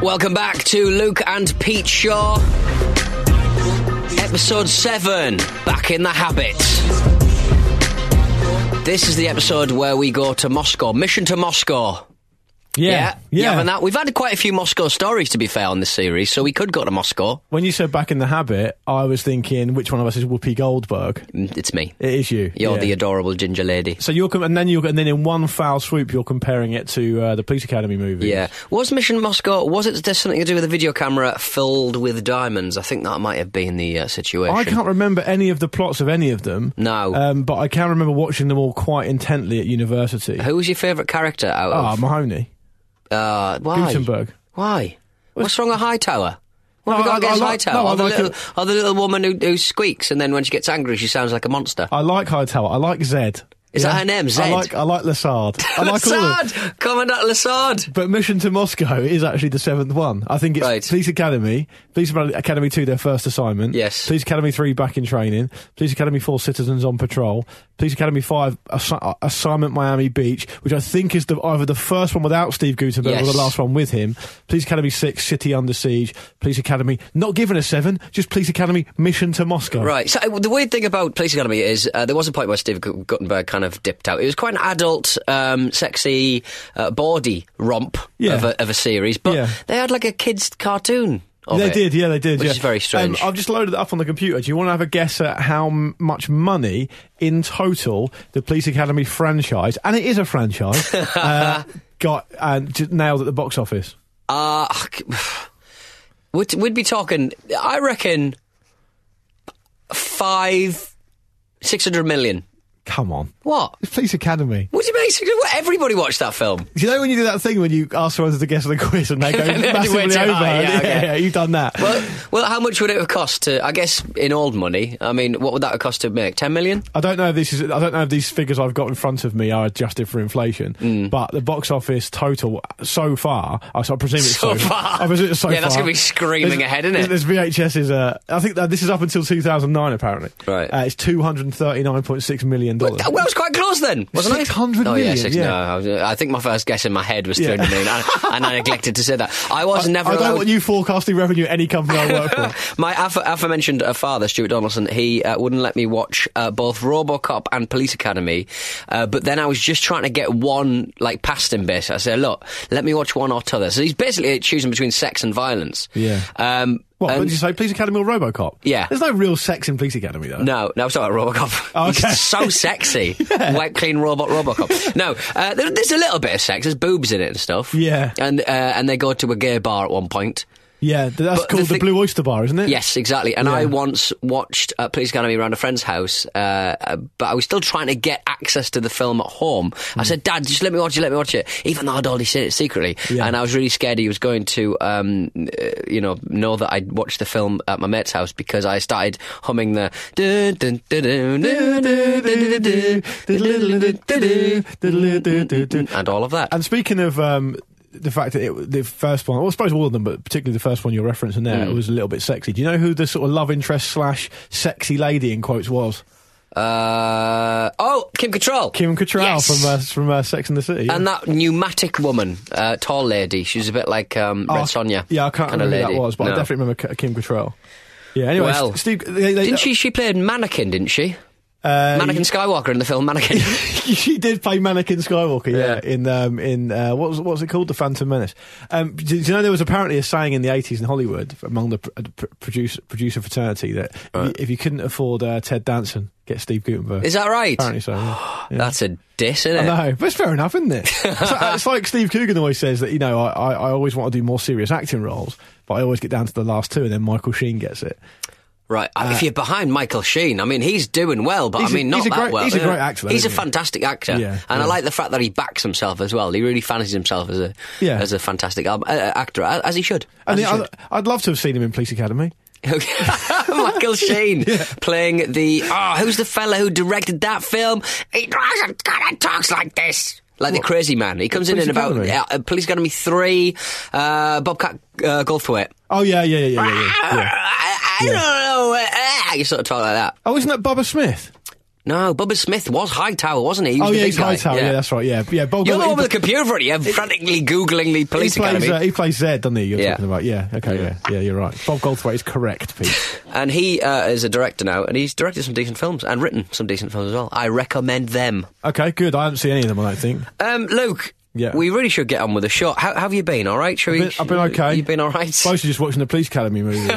Welcome back to Luke and Pete Shaw. Episode 7 Back in the Habit. This is the episode where we go to Moscow. Mission to Moscow. Yeah. You having that? We've had quite a few Moscow stories, to be fair, on this series, so we could go to Moscow. When you said back in the habit, I was thinking which one of us is Whoopi Goldberg? Mm, It's me. It is you. You're Yeah. the adorable ginger lady. So you're com- and then you and then in one foul swoop you're comparing it to uh, the Police Academy movie. Yeah. Was Mission Moscow, was it just something to do with a video camera filled with diamonds? I think that might have been the uh, situation. I can't remember any of the plots of any of them. No. Um, but I can remember watching them all quite intently at university. Who was your favourite character out Ah, of? Mahoney. Uh, why? Gutenberg. Why? What's wrong with Hightower? What have No, we got I- against I like- Hightower? no, I or, the like little, or the little woman who, who squeaks and then when she gets angry she sounds like a monster. I like Hightower. I like Zed. Is that her name, I Zed? like I like Lassard. I like all of them. Lassard! Commandant Lassard! But Mission to Moscow is actually the seventh one. I think it's Right. Police Academy, Police Academy 2, their first assignment. Yes. Police Academy 3, back in training. Police Academy 4, Citizens on Patrol. Police Academy 5, assi- uh, Assignment Miami Beach, which I think is the, either the first one without Steve Gutenberg or Yes. the last one with him. Police Academy 6, City Under Siege. Police Academy, not given a 7, just Police Academy Mission to Moscow. Right, so uh, the weird thing about Police Academy is uh, there was a point where Steve Gu- Guttenberg kind of dipped out. It was quite an adult, um, sexy, uh, bawdy romp Yeah. of, a, of a series, but Yeah. they had like a kid's cartoon of they it, did, yeah, they did. Which yeah. is very strange. Um, I've just loaded it up on the computer. Do you want to have a guess at how m- much money in total the Police Academy franchise, and it is a franchise, uh, got and j- nailed at the box office? Uh, we'd, we'd be talking, I reckon, five, six hundred million. Come on, What? it's Police Academy. What do you mean? six hundred- what, Everybody watched that film. Do you know when you do that thing when you ask someone to guess the quiz and they go And they massively went over? too high, yeah, yeah, okay. yeah, you've done that. Well, well, how much would it have cost to, I guess, in old money? I mean, what would that have cost to make? 10 million? I don't know if this is. I don't know if these figures I've got in front of me are adjusted for inflation. Mm. But the box office total so far, I so I presume it's So so, far. I presume it's so Yeah, that's far. gonna be screaming There's- ahead, isn't it? There's VHS is. Uh, I think that this is up until 2009 apparently. Right. Uh, it's 239.6 million Well, dollars. that- well, I was quite close then, wasn't I? 600 Oh, yeah, million, six, yeah. no. I, was- I think my first guess in my head was Yeah. 300 million, and, and I neglected to say that. I was never I don't allowed- want you forecasting revenue at any company I work for. My aff- aforementioned uh, father, Stuart Donaldson, he uh, wouldn't let me watch uh, both RoboCop and Police Academy. Uh, but then I was just trying to get one like past him. Basically, I said, "Look, let me watch one or t'other." So he's basically choosing between sex and violence. Yeah. Um, What? and- What did you say? Police Academy or RoboCop? Yeah. There's no real sex in Police Academy though. no, no, I'm sorry, RoboCop. Okay. He's so sexy. White, clean robot, RoboCop. no, uh, there, there's a little bit of sex. There's boobs in it and stuff. Yeah. And uh, and they go to a gay bar at one point. Yeah, th- that's But the called the, thing- Blue Oyster Bar, isn't it? Yes, exactly. And I Yeah. once watched uh, Police Academy around a friend's house, uh, uh, but I was still trying to get access to the film at home. Hmm. I said, "Dad, just let me watch it. Let me watch it," even though I'd already seen it secretly, Yeah. and I was really scared he was going to, um, uh, you know, know that I'd watched the film at my mate's house because I started humming the. dun, dun, dun, dun, dun, dun, dun, dun, dun, dun, dun, dun, dun, dun, and all of that. And speaking of um, the fact that it, the first one, well, I suppose all of them, but particularly the first one you're referencing there, Hmm. it was a little bit sexy. Do you know who the sort of love interest slash sexy lady in quotes was? Uh, oh, Kim Cattrall. Kim Cattrall Yes. from uh, from uh, Sex and the City. And that pneumatic woman, uh, tall lady, she was a bit like um, Oh, Red Sonja. Yeah, I can't kinda remember who lady. that was, but No. I definitely remember K- Kim Cattrall. Yeah. Anyway, Well, Steve, they, they, Didn't she? She played mannequin, didn't she? Uh, Mannequin Skywalker in the film Mannequin. she did play Mannequin Skywalker, yeah, Yeah. in um, in uh, what was what was it called, The Phantom Menace. Um, do, do you know there was apparently a saying in the eighties in Hollywood among the pr- uh, pr- producer producer fraternity that Right. if you couldn't afford uh, Ted Danson, get Steve Gutenberg. Is that right? apparently so. yeah. Yeah. That's a diss, isn't it? I know, but it's fair enough, isn't it? it's, like, it's like Steve Coogan always says that you know I, I, I always want to do more serious acting roles, but I always get down to the last two, and then Michael Sheen gets it. Right. if you're behind Michael Sheen, I mean, he's doing well, but I uh, He's a- mean, not he's a that great- well. he's a Yeah. great actor, though, He's a isn't he? fantastic actor, Yeah, and yeah. I like the fact that he backs himself as well. He really fancies himself as a Yeah. as a fantastic al- uh, actor, a- as he should. As And the he should. other, I'd love to have seen him in Police Academy. Michael Sheen playing the oh, who's the fella who directed that film? He doesn't kind of talks like this. Like the crazy man, he comes in Police in about Academy? uh, Police Academy three, uh, Bobcat uh, Goldthwait. Oh yeah, yeah, yeah, yeah, yeah. yeah. I, I don't know. Uh, you sort of talk like that. Oh, isn't that Bobber Smith? No, Bubba Smith was Hightower, wasn't he? he was Oh the yeah, big he's guy. Hightower. Yeah. that's right. Yeah, yeah. Bob, You're the he- one with the computer, aren't you? frantically googling the he police plays, academy. uh, he plays Zed, doesn't he? You're Yeah. talking about. Yeah. Okay. Yeah. yeah. You're right. Bob Goldthwait is correct, Pete. and he uh, is a director now, and he's directed some decent films and written some decent films as well. I recommend them. okay. Good. I haven't seen any of them. I don't think. Um, Luke, Yeah. we really should get on with the shot. How, how have you been? All right? Shall we? I've been- I've been okay. You've been all right. Mostly just watching the Police Academy movies. no,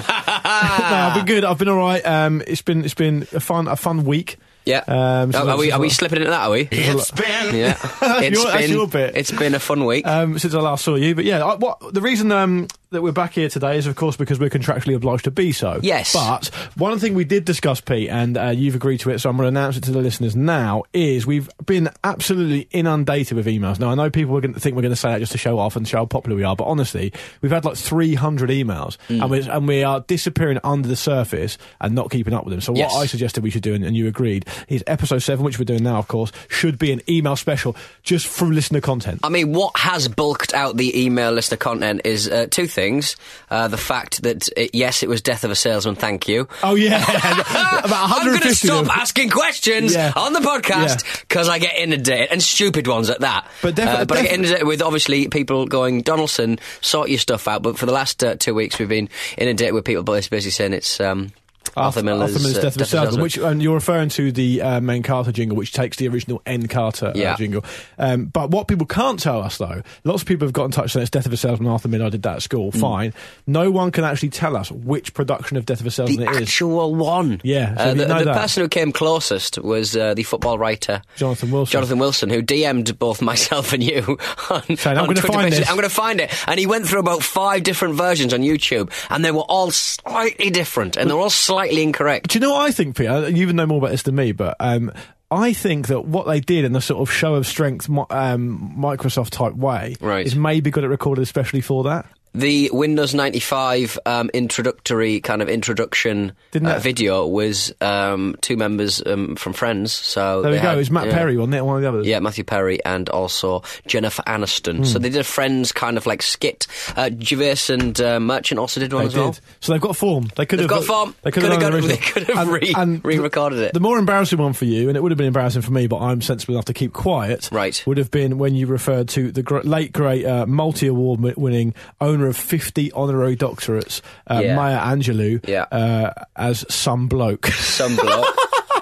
I've been good. I've been all right. Um, it's been it's been a fun a fun week. yeah. Um, so are, are that's- we? Are we that's- slipping into that? Are we? It's been Yeah. It's Your- that's been. your bit. It's been a fun week. um, since I last saw you. But yeah, I, what, the reason um, that we're back here today is, of course, because we're contractually obliged to be so. Yes. But one thing we did discuss, Pete, and uh, you've agreed to it, so I'm going to announce it to the listeners now, is we've been absolutely inundated with emails. Now, I know people are going to think we're going to say that just to show off and show how popular we are, but honestly, we've had like 300 emails, Mm. and, we're, and we are disappearing under the surface and not keeping up with them. So what Yes. I suggested we should do, and, and you agreed, is episode 7, which we're doing now, of course, should be an email special just through listener content. I mean, what has bulked out the email listener content is uh, two things. Uh, the fact that, uh yes, it was Death of a Salesman, thank you. Oh yeah, about I'm going 150. to of stop them. asking questions Yeah. on the podcast Yeah. because I get inundated and stupid ones at that. Uh, But defi- but I get defi- inundated with obviously people going, Donaldson, sort your stuff out. But for the last uh, two weeks, we've been inundated with people basically saying it's um, Arthur, Miller's, uh, Death of a Salesman, which and you're referring to the uh, main Carter jingle, which takes the original N Carter uh, Yeah. jingle. Um, but what people can't tell us though, lots of people have got in touch saying it's Death of a Salesman. Arthur Miller I did that at school. Mm. Fine, no one can actually tell us which production of Death of a Salesman the it is. actual one. Yeah, so Uh, if you the know the that. person who came closest was uh, the football writer Jonathan Wilson. Jonathan Wilson, who DM'd both myself and you on, Saying, on "I'm gonna Twitter. find basically, this." I'm going to find it, and he went through about five different versions on YouTube, and they were all slightly different, and they were all slightly incorrect. Do you know what I think, Peter? You even know more about this than me, but um, I think that what they did in the sort of show of strength mi- um, Microsoft type way Right. is maybe got it recorded especially for that. The Windows 95 um, introductory kind of introduction Didn't uh, that- video was um, two members um, from Friends. So There we they go. had- It's Matt yeah. Perry, wasn't it? One of the others. Yeah, Matthew Perry and also Jennifer Aniston. Hmm. So they did a Friends kind of like skit. Uh, Gervais and uh, Merchant also did one They as well. did. So they've got form. They could They've have got form. They could Could have, have done got- an they original. could have re- re-recorded the, it. The more embarrassing one for you, and it would have been embarrassing for me, but I'm sensible enough to keep quiet. Right. Would have been when you referred to the gr- late great uh, multi-award m- winning owner of 50 honorary doctorates, uh, Yeah. Maya Angelou, Yeah. uh, as some bloke. Some bloke.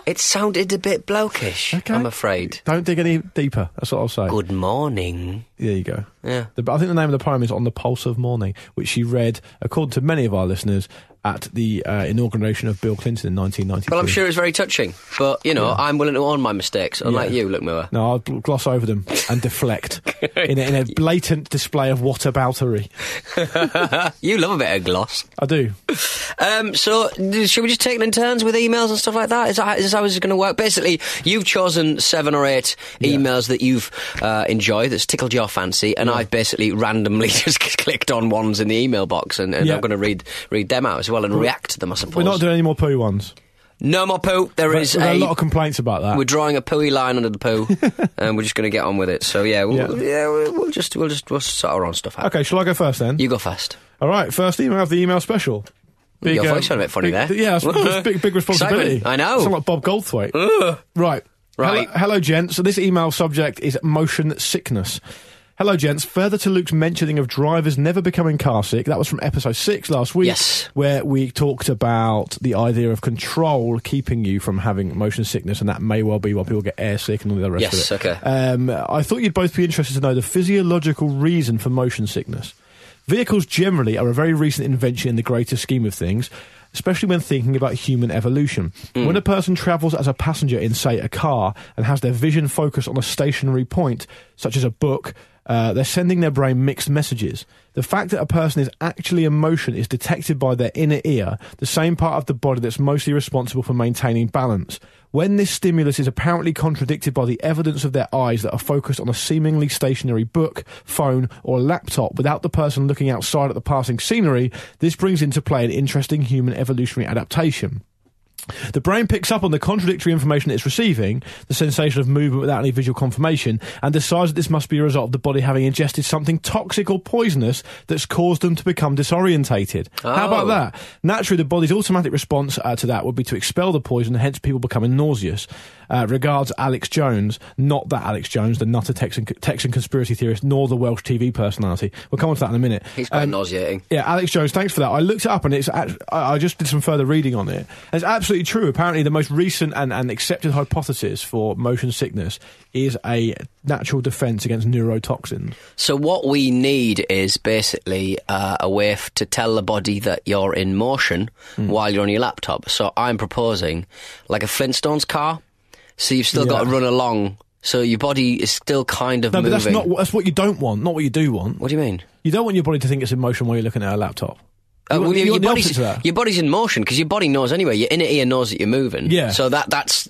it sounded a bit blokish, Okay. I'm afraid. Don't dig any deeper. That's what I'll say. Good morning. There you go. Yeah. The, I think the name of the poem is On the Pulse of Morning, which she read, according to many of our listeners, at the uh, inauguration of Bill Clinton in 1992. Well, I'm sure it's very touching, but you know, I'm willing to own my mistakes, unlike Yeah. you, Luke Miller. No, I'll gl- gloss over them and deflect in, a, in a blatant display of whataboutery. You love a bit of gloss. I do. Um, so, d- should we just take it in turns with emails and stuff like that? Is that, is that how this is going to work? Basically, you've chosen seven or eight emails that you've uh, enjoyed, that's tickled your fancy, and I've basically randomly just clicked on ones in the email box, and, and Yeah. I'm going to read read them out as well and react to them, I suppose. We're not doing any more poo ones. no more poo. There is There's a a. lot of complaints about that. we're drawing a pooey line under the poo, and we're just going to get on with it. So yeah, we'll, Yeah. yeah. we'll, we'll just we'll just we'll sort our own stuff out. Okay, shall I go first then? You go first. All right, first email of the email special. Big, Your uh, voice sounded a bit funny big, there. Yeah, it's, it's big, big responsibility. Excitement. I know. Sound like Bob Goldthwait. Right. Right. Hello, hello, gents. So this email subject is motion sickness. Hello, gents. Further to Luke's mentioning of drivers never becoming car sick, that was from episode six last week, Yes. where we talked about the idea of control keeping you from having motion sickness, and that may well be why people get air sick and all the rest Yes, of it. okay. Um, I thought you'd both be interested to know the physiological reason for motion sickness. Vehicles generally are a very recent invention in the greater scheme of things, especially when thinking about human evolution. Hmm. When a person travels as a passenger in, say, a car and has their vision focused on a stationary point, such as a book, uh, they're sending their brain mixed messages. The fact that a person is actually in motion is detected by their inner ear, the same part of the body that's mostly responsible for maintaining balance. When this stimulus is apparently contradicted by the evidence of their eyes that are focused on a seemingly stationary book, phone, or laptop without the person looking outside at the passing scenery, this brings into play an interesting human evolutionary adaptation. The brain picks up on the contradictory information it's receiving, the sensation of movement without any visual confirmation, and decides that this must be a result of the body having ingested something toxic or poisonous that's caused them to become disorientated. How about Oh. that? Naturally, the body's automatic response uh, to that would be to expel the poison, hence people becoming nauseous. Uh, regards Alex Jones, not that Alex Jones, the nutter Texan, Texan conspiracy theorist, nor the Welsh TV personality. We'll come on to that in a minute. He's quite Um, nauseating. yeah, Alex Jones, thanks for that. I looked it up and it's. act- I I just did some further reading on it. And It's absolutely true. Apparently, the most recent and, and accepted hypothesis for motion sickness is a natural defense against neurotoxins. So what we need is basically uh, a way f- to tell the body that you're in motion Hmm. while you're on your laptop. So I'm proposing like a Flintstones car. So you've still got to Yeah. run along. So your body is still kind of No, but moving. that's not. what- That's what you don't want. Not what you do want. What do you mean? You don't want your body to think it's in motion while you're looking at a laptop. Uh, You want- well, you your, want the body's, opposite to that. your body's in motion because your body knows anyway. Your inner ear knows that you're moving. Yeah. So that that's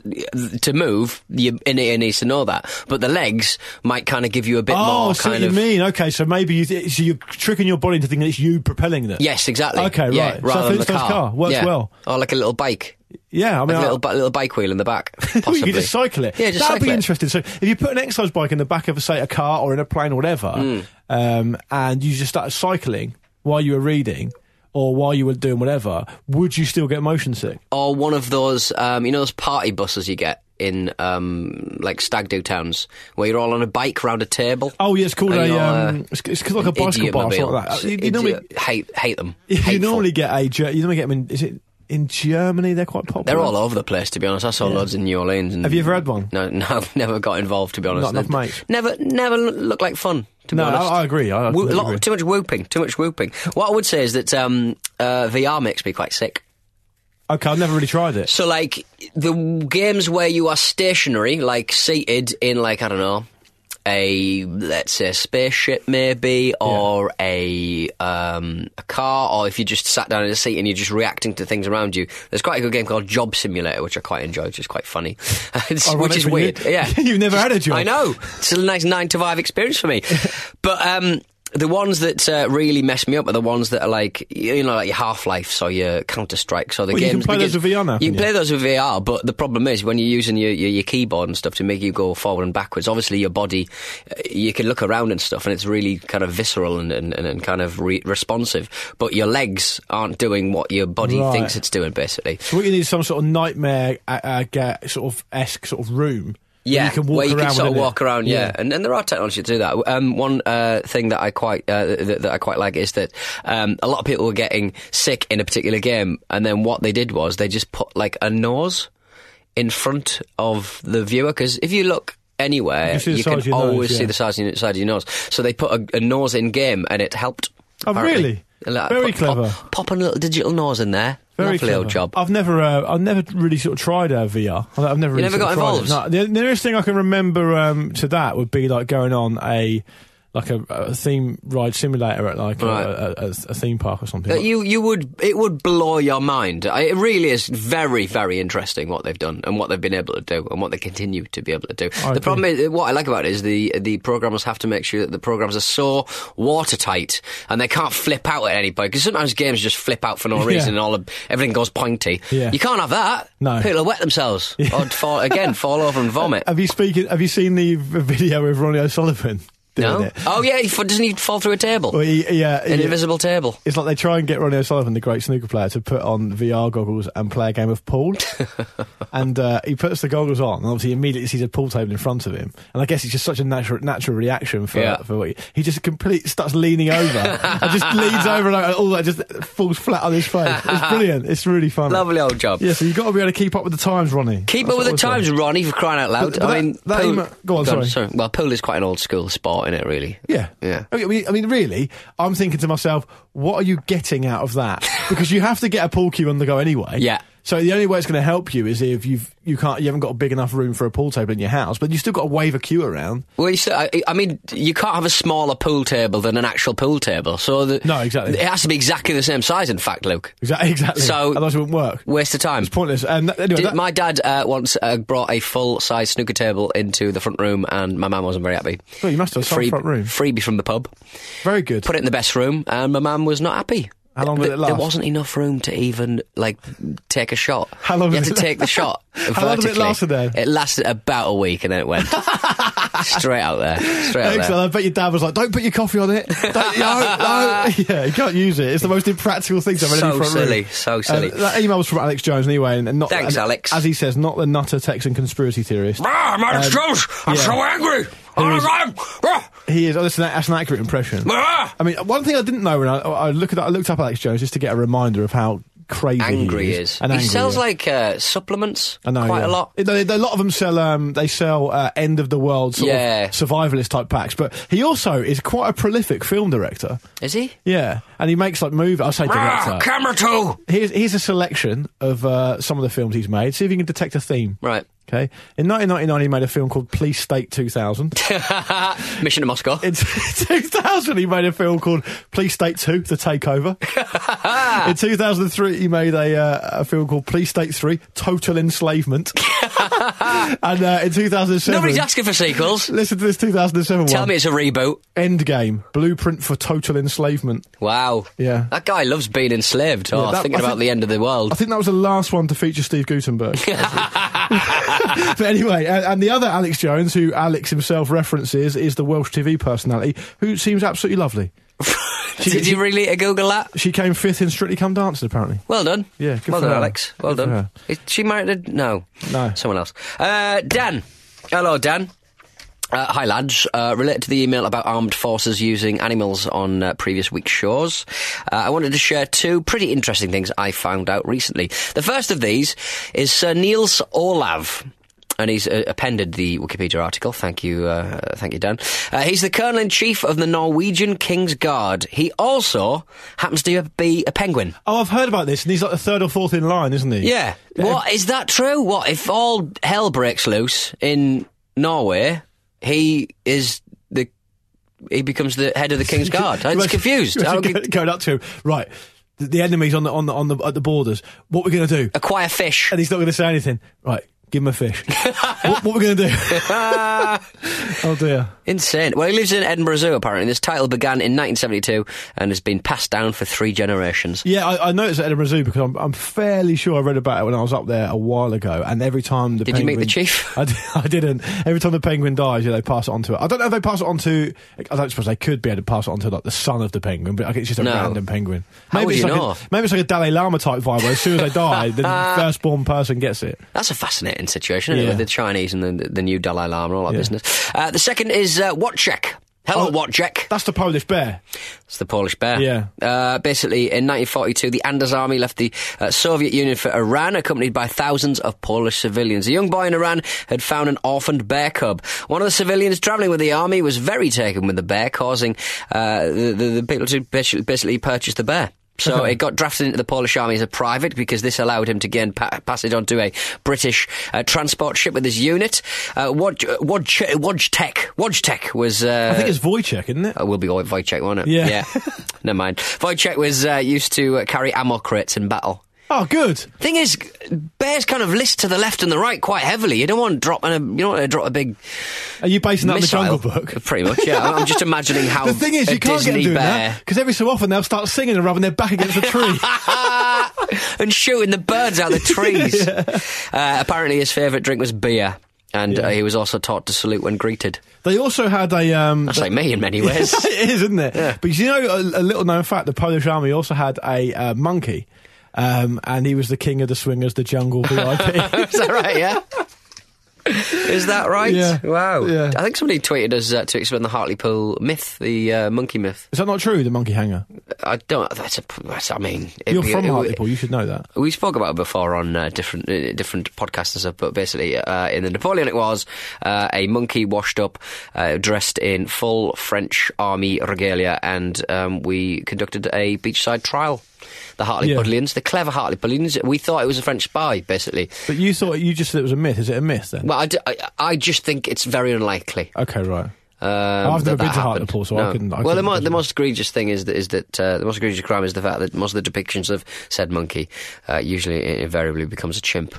to move. Your inner ear needs to know that. But the legs might kind of give you a bit Oh, more I see kind what you of. mean. Okay, so maybe you th- so you're tricking your body into thinking it's you propelling them. Yes, exactly. Okay, Yeah, right. So Rather than the Flintstones car. car works Yeah. well. Or like a little bike. Yeah, I mean, Like a I- little, bi- little bike wheel in the back. Well, Possibly. you could just cycle it. Yeah, just That'd cycle be it. interesting. So if you put an exercise bike in the back of, say, a car or in a plane or whatever, Hmm. um, and you just started cycling while you were reading or while you were doing whatever, would you still get motion sick? Or one of those, um, you know, those party buses you get in um, like stag do towns where you're all on a bike round a table. Oh, yeah, it's called And a. you're, Um, uh, it's, it's like a bicycle idiot bar or mobile. something like that. It's You, you idiot- normally, hate hate them. you Hateful. normally get a. Ger- You normally get them in. Is it in Germany? They're quite popular. They're all over the place, to be honest. I saw loads in New Orleans. And Have you ever had one? No, no, I've never got involved, to be honest. Not enough They- mates. Never, never l- looked like fun. To No, be honest, I- I agree. I Woo- completely lot- agree. Too much whooping. Too much whooping. What I would say is that um, uh, VR makes me quite sick. Okay, I've never really tried it. So, like the w- games where you are stationary, like seated in, like I don't know, a let's say a spaceship maybe, or a um, a car, or if you just sat down in a seat and you're just reacting to things around you. There's quite a good game called Job Simulator, which I quite enjoy, which is quite funny, It's- which Ironic is for you. weird. Yeah, You've never had a job. I know. It's Oh, a nice nine to five experience for me. But um, the ones that uh, really mess me up are the ones that are like you know like your Half Life or your Counter Strike or the Well, you games. can play because those with VR now, You can can play you? those with VR, but the problem is when you're using your, your, your keyboard and stuff to make you go forward and backwards. Obviously, your body uh, you can look around and stuff, and it's really kind of visceral and and, and- and kind of re- responsive. But your legs aren't doing what your body Right. thinks it's doing, basically. So what you need is some sort of nightmare uh, uh, ga- sort of esque sort of room. where Yeah, you can walk where you around can sort of within it. walk around. Yeah, And, and there are technologies to do that. Um, one uh, thing that I quite uh, that, that I quite like is that um, a lot of people were getting sick in a particular game, and then what they did was they just put like a nose in front of the viewer because if you look. Anywhere You you, see the size can of your nose, always see yeah. the size of, your, side of your nose. So they put a, a nose in game, and it helped. Oh, apparently. really? Very pop- clever. Pop, popping a little digital nose in there. Lovely old clever. job. I've never, uh, I've never really sort of tried uh, VR. I've I've never really never sort of got tried it. involved? No, the, the nearest thing I can remember um, to that would be like going on a like a, a theme ride simulator at like a- Right. a, a, a theme park or something. Uh, you you would it would blow your mind. I, it really is very very interesting what they've done and what they've been able to do and what they continue to be able to do. the agree. problem is what I like about it is the the programmers have to make sure that the programs are so watertight and they can't flip out at any point because sometimes games just flip out for no Yeah. reason and all of, everything goes pointy. Yeah. You can't have that. No. people will wet themselves or fall again fall over and vomit. have you speaking? Have you seen the v- video with Ronnie O'Sullivan? doing no? it. Oh, yeah, he f- doesn't he fall through a table? Well, he, he, uh, An he- invisible table. It's like they try and get Ronnie O'Sullivan, the great snooker player, to put on VR goggles and play a game of pool. and uh, he puts the goggles on, and obviously immediately sees a pool table in front of him. And I guess it's just such a natural natural reaction for Yeah. for what he, he just complete starts leaning over and just leans over and over, all that just falls flat on his face. It's brilliant. It's really fun. Lovely old job. Yeah, so you've got to be able to keep up with the times, Ronnie. Keep That's up with the what I was times, saying. Ronnie, for crying out loud. But- but I mean, that- that pool, emo- go on, sorry. Well, pool is quite an old school sport, isn't it, really? Yeah, Yeah. I mean, I mean, really, I'm thinking to myself, what are you getting out of that? Because you have to get a pool cue on the go anyway. Yeah. So the only way it's going to help you is if you've you can't you haven't got a big enough room for a pool table in your house, but you have still got to wave a cue around. Well, you see, I, I mean, you can't have a smaller pool table than an actual pool table. So the, No, exactly. It has to be exactly the same size, in fact, Luke. Exactly. Exactly. So- otherwise it wouldn't work. Waste of time. It's pointless. And that, anyway, Did- that- my dad uh, once uh, brought a full-size snooker table into the front room, and my mum wasn't very happy. Well, Oh, you must have some Free- front room. Freebie from the pub. very good. Put it in the best room, and my mum was not happy. How long did Th- it last? There wasn't enough room to even like take a shot. How long you did had to it- take the shot? How long did it vertically. last then? It lasted about a week, and then it went straight out there. Straight out Excellent. there. I bet your dad was like, "Don't put your coffee on it. Don't, no, no." Yeah, you can't use it. It's the most impractical thing to have in So any front room. Uh, silly, so silly. that email was from Alex Jones anyway, and and not Thanks, and- Alex. As he says, not the nutter Texan conspiracy theorist. Ah, my Um, Jones, I'm yeah. so angry. All is- right. Ah, He is. Oh, that's, an, that's an accurate impression. ah. I mean, one thing I didn't know when I, I look at I looked up Alex Jones just to get a reminder of how crazy Angry he is. is. And he angry, sells yeah. like uh, supplements. I know, quite yeah. a lot. It- they- they- a lot of them sell. Um, they sell uh, end of the world sort Yeah. of survivalist type packs. But he also is quite a prolific film director. Is he? Yeah, and he makes like movie. I say Ah, director. camera two. Here's here's a selection of uh, some of the films he's made. See if you can detect a theme. Right. Okay. In 1999, he made a film called Police State 2000. Mission to Moscow. In 2000, he made a film called Police State 2, The Takeover. in 2003, he made a, uh, a film called Police State 3, Total Enslavement. and uh, in 2007... Nobody's asking for sequels. Listen to this 2007 Tell one. me it's a reboot. Endgame, Blueprint for Total Enslavement. Wow. Yeah. That guy loves being enslaved or Yeah, that- thinking I about think- the end of the world. I think that was the last one to feature Steve Gutenberg. but anyway, and, and the other Alex Jones, who Alex himself references, is the Welsh TV personality, who seems absolutely lovely. she, Did she- you really uh, Google that? she came fifth in Strictly Come Dancing, apparently. Well done. Yeah, good well for done, her. Alex. Well Good for done. her. Is she married? To, no, No. someone else. Uh, Dan. Hello, Dan. Uh, hi, lads. Uh, related to the email about armed forces using animals on uh, previous week's shows, uh, I wanted to share two pretty interesting things I found out recently. The first of these is Sir Niels Olav. And he's uh, appended the Wikipedia article. Thank you, uh, uh, thank you, Dan. Uh, he's the colonel in chief of the Norwegian King's Guard. He also happens to be a penguin. Oh, I've heard about this, and he's like the third or fourth in line, isn't he? Yeah. Uh, What is that true? What if all hell breaks loose in Norway? He is the he becomes the head of the king's guard. I'm Imagine- just confused. imagine How go- could- going up to him, right? The, the enemy's on the on the on the at the borders. What we're going to do? Acquire fish. And he's not going to say anything. Right? Give him a fish. what, what we're going to do? oh dear. Insane. Well, he lives in Edinburgh Zoo apparently. This title began in 1972 and has been passed down for three generations. Yeah, I, I noticed at Edinburgh Zoo because I'm, I'm fairly sure I read about it when I was up there a while ago. And every time the Did you meet the penguin- chief? I, d- I didn't. Every time the penguin dies, yeah, they pass it on to it. I don't know if they pass it on to. I don't suppose they could be able to pass it on to like the son of the penguin, but like, it's just a No. random penguin. How would it's you like know? A, maybe it's like a Dalai Lama type vibe. Where as soon as they die, the firstborn person gets it. That's a fascinating situation, isn't it, Yeah. with the Chinese and the, the new Dalai Lama and all that Yeah. business. Uh, the second is uh, Wojciech. Hello, Oh. Wojciech. That's the Polish bear. It's the Polish bear. Yeah. Uh, basically, in 1942, the Anders Army left the uh, Soviet Union for Iran, accompanied by thousands of Polish civilians. A young boy in Iran had found an orphaned bear cub. One of the civilians travelling with the army was very taken with the bear, causing uh, the, the, the people to basically, basically purchase the bear. So it got drafted into the Polish army as a private because this allowed him to gain pa- passage onto a British uh, transport ship with his unit. Uh, Wod- Wodch- Wodgtek. Wodgtek was. Uh, I think it's Wojciech, isn't it? it will Uh, be Vo- Wojciech, won't it? Yeah. Never mind. Wojciech was uh, used to uh, carry ammo crates in battle. Oh, good. Thing is, bears kind of list to the left and the right quite heavily. You don't want to drop a, you don't want to drop a big Are you basing that missile. Uh, on the Jungle Book? Pretty much, yeah. I'm I'm just imagining how The thing is, a you can't Disney get them doing bear that because every so often they'll start singing and rubbing their back against a tree. Ah, and shooting the birds out of the trees. uh, apparently, his favourite drink was beer. and Yeah. uh, he was also taught to salute when greeted. They also had a. Um, That's like me in many ways. it is, isn't it? Yeah. Because you know, a, a little known fact: the Polish army also had a uh, monkey, um, and he was the king of the swingers, the jungle VIP. Is that right? Yeah. Is that right? Yeah. Wow. Yeah. I think somebody tweeted us uh, to explain the Hartlepool myth, the uh, monkey myth. is that not true? The monkey hanger. I don't. That's a. That's, I mean, it'd You're be- from it would- Hartlepool. You should know that. We spoke about it before on uh, different uh, different podcasts and stuff, but basically, uh, in the Napoleonic Wars, uh, a monkey washed up, uh, dressed in full French army regalia, and um, we conducted a beachside trial. The Hartlepoolians, the clever Hartlepoolians, we thought it was a French spy, basically. But you thought you just said it was a myth. Is it a myth then? Well, I, d- I- I just think it's very unlikely. Okay, right. Um, that I've never that been to happened. Hartlepool, so I couldn't- I well, the, couldn't mo- imagine. the most egregious thing is that, is that uh, the most egregious crime is the fact that most of the depictions of said monkey uh, usually i- invariably becomes a chimp.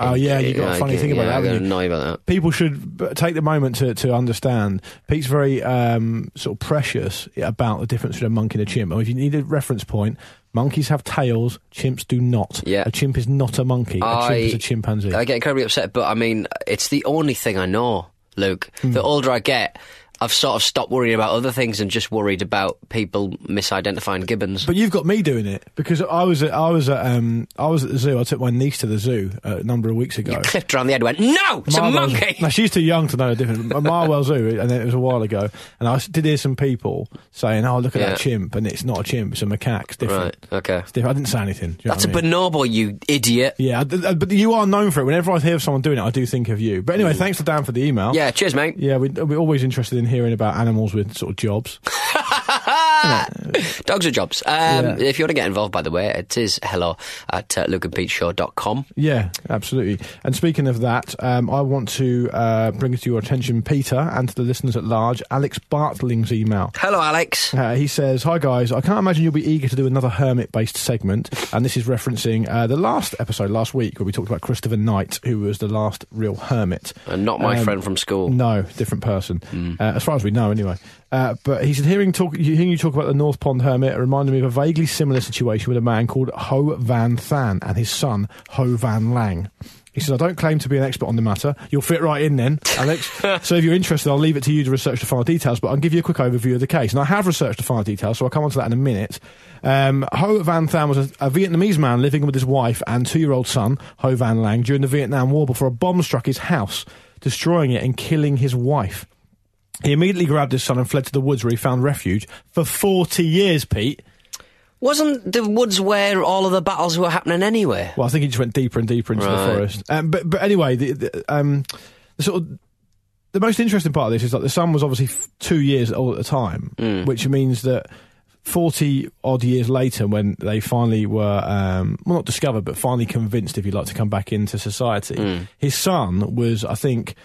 Oh, yeah, you got a I funny get- thing about yeah, that, I got haven't you? annoyed about People should b- take the moment to, to understand. Pete's very um, sort of precious about the difference between a monkey and a chimp. Or if you need a reference point, monkeys have tails, chimps do not. Yeah. A chimp is not a monkey. A chimp is I- a chimpanzee. that. I get incredibly upset, but I mean, it's the only thing I know, Luke. Hmm. The older I get, I've sort of stopped worrying about other things and just worried about people misidentifying gibbons. But you've got me doing it because I was at, I was at um, I was at the zoo. I took my niece to the zoo uh, a number of weeks ago. Clipped around the head, went, no, it's a Marwell- monkey! No, she's too young to know the difference. At Marwell Zoo, and it was a while ago, and I s- did hear some people saying, "Oh, look at Yeah. that chimp," and it's not a chimp; it's a macaque. It's different. Right, okay. It's different. I didn't say anything. do you know That's a what I mean? bonobo, you idiot. Yeah, I d- I- but you are known for it. Whenever I hear of someone doing it, I do think of you. But anyway, thanks to Dan for the email. Mm. Yeah, cheers, mate. Yeah, we, we're always interested in hearing about animals with sort of jobs. Dogs are jobs. Um, Yeah. If you want to get involved, by the way, it is hello at uh, lukeandpeteshow.com. Yeah, absolutely. And speaking of that, um, I want to uh, bring to your attention, Peter, and to the listeners at large, Alex Bartling's email. Hello, Alex. Uh, he says, Hi guys, I can't imagine you'll be eager to do another hermit based segment. And this is referencing uh, the last episode last week where we talked about Christopher Knight, who was the last real hermit. And not my Um, friend from school. No, different person. Uh, as far as we know, anyway. Uh, but he said, hearing, talk, hearing you talk about the North Pond hermit it reminded me of a vaguely similar situation with a man called Ho Van Than and his son, Ho Van Lang. He says, I don't claim to be an expert on the matter. You'll fit right in then, Alex. so if you're interested, I'll leave it to you to research the final details, but I'll give you a quick overview of the case. And I have researched the final details, so I'll come on to that in a minute. Um, Ho Van Than was a, a Vietnamese man living with his wife and two year old son, Ho Van Lang, during the Vietnam War before a bomb struck his house destroying it and killing his wife. He immediately grabbed his son and fled to the woods where he found refuge for 40 years, Pete. Wasn't the woods where all of the battles were happening anyway? Well, I think he just went deeper and deeper into the Right. forest. Um, but, but anyway, the, the, um, the sort of. The most interesting part of this is that the son was obviously f- two years old at the time, Mm. which means that 40 odd years later, when they finally were, um, well, not discovered, but finally convinced, if you like, to come back into society, Mm. his son was, I think,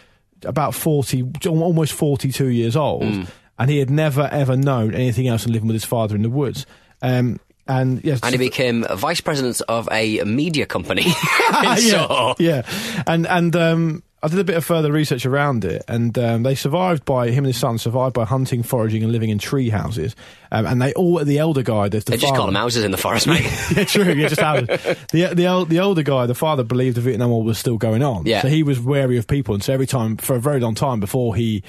about 40, almost 42 years old, Mm. and he had never, ever known anything else than living with his father in the woods. Um, and yes, And he became vice president of a media company. in yeah, Soho. yeah. And and um, I did a bit of further research around it, and um, they survived by him and his son survived by hunting, foraging, and living in tree houses. Um, and they all the elder guy, the, the They just call father- them houses in the forest, mate. yeah, true. Yeah, just how the the el- the older guy, the father, believed the Vietnam War was still going on. Yeah. So he was wary of people, and so every time for a very long time before he.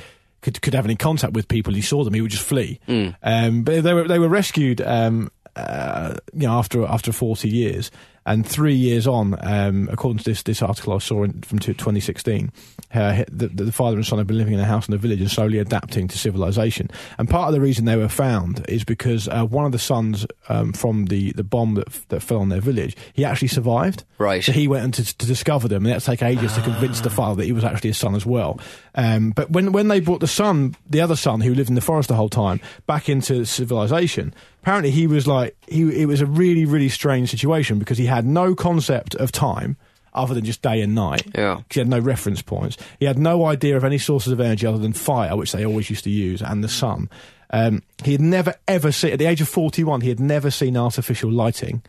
Could, could have any contact with people. He saw them. He would just flee. Um, but they were they were rescued. Um, uh, you know, after after forty years and three years on, um, according to this this article I saw in, from 2016, uh, the, the father and son have been living in a house in a village and slowly adapting to civilization. And part of the reason they were found is because uh, one of the sons um, from the, the bomb that, that fell on their village, he actually survived. Right. So he went on to, to discover them, and that's take ages to convince the father that he was actually his son as well. Um, but when when they brought the son, the other son who lived in the forest the whole time, back into civilization, apparently he was like he. It was a really really strange situation because he had no concept of time other than just day and night. Yeah. He had no reference points. He had no idea of any sources of energy other than fire, which they always used to use, and the sun. Um, he had never ever seen at the age of forty one. He had never seen artificial lighting.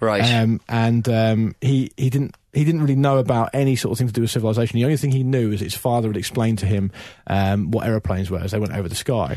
right. Um, and um, he he didn't he didn't really know about any sort of thing to do with civilization. The only thing he knew is his father had explained to him um, what aeroplanes were as they went over the sky.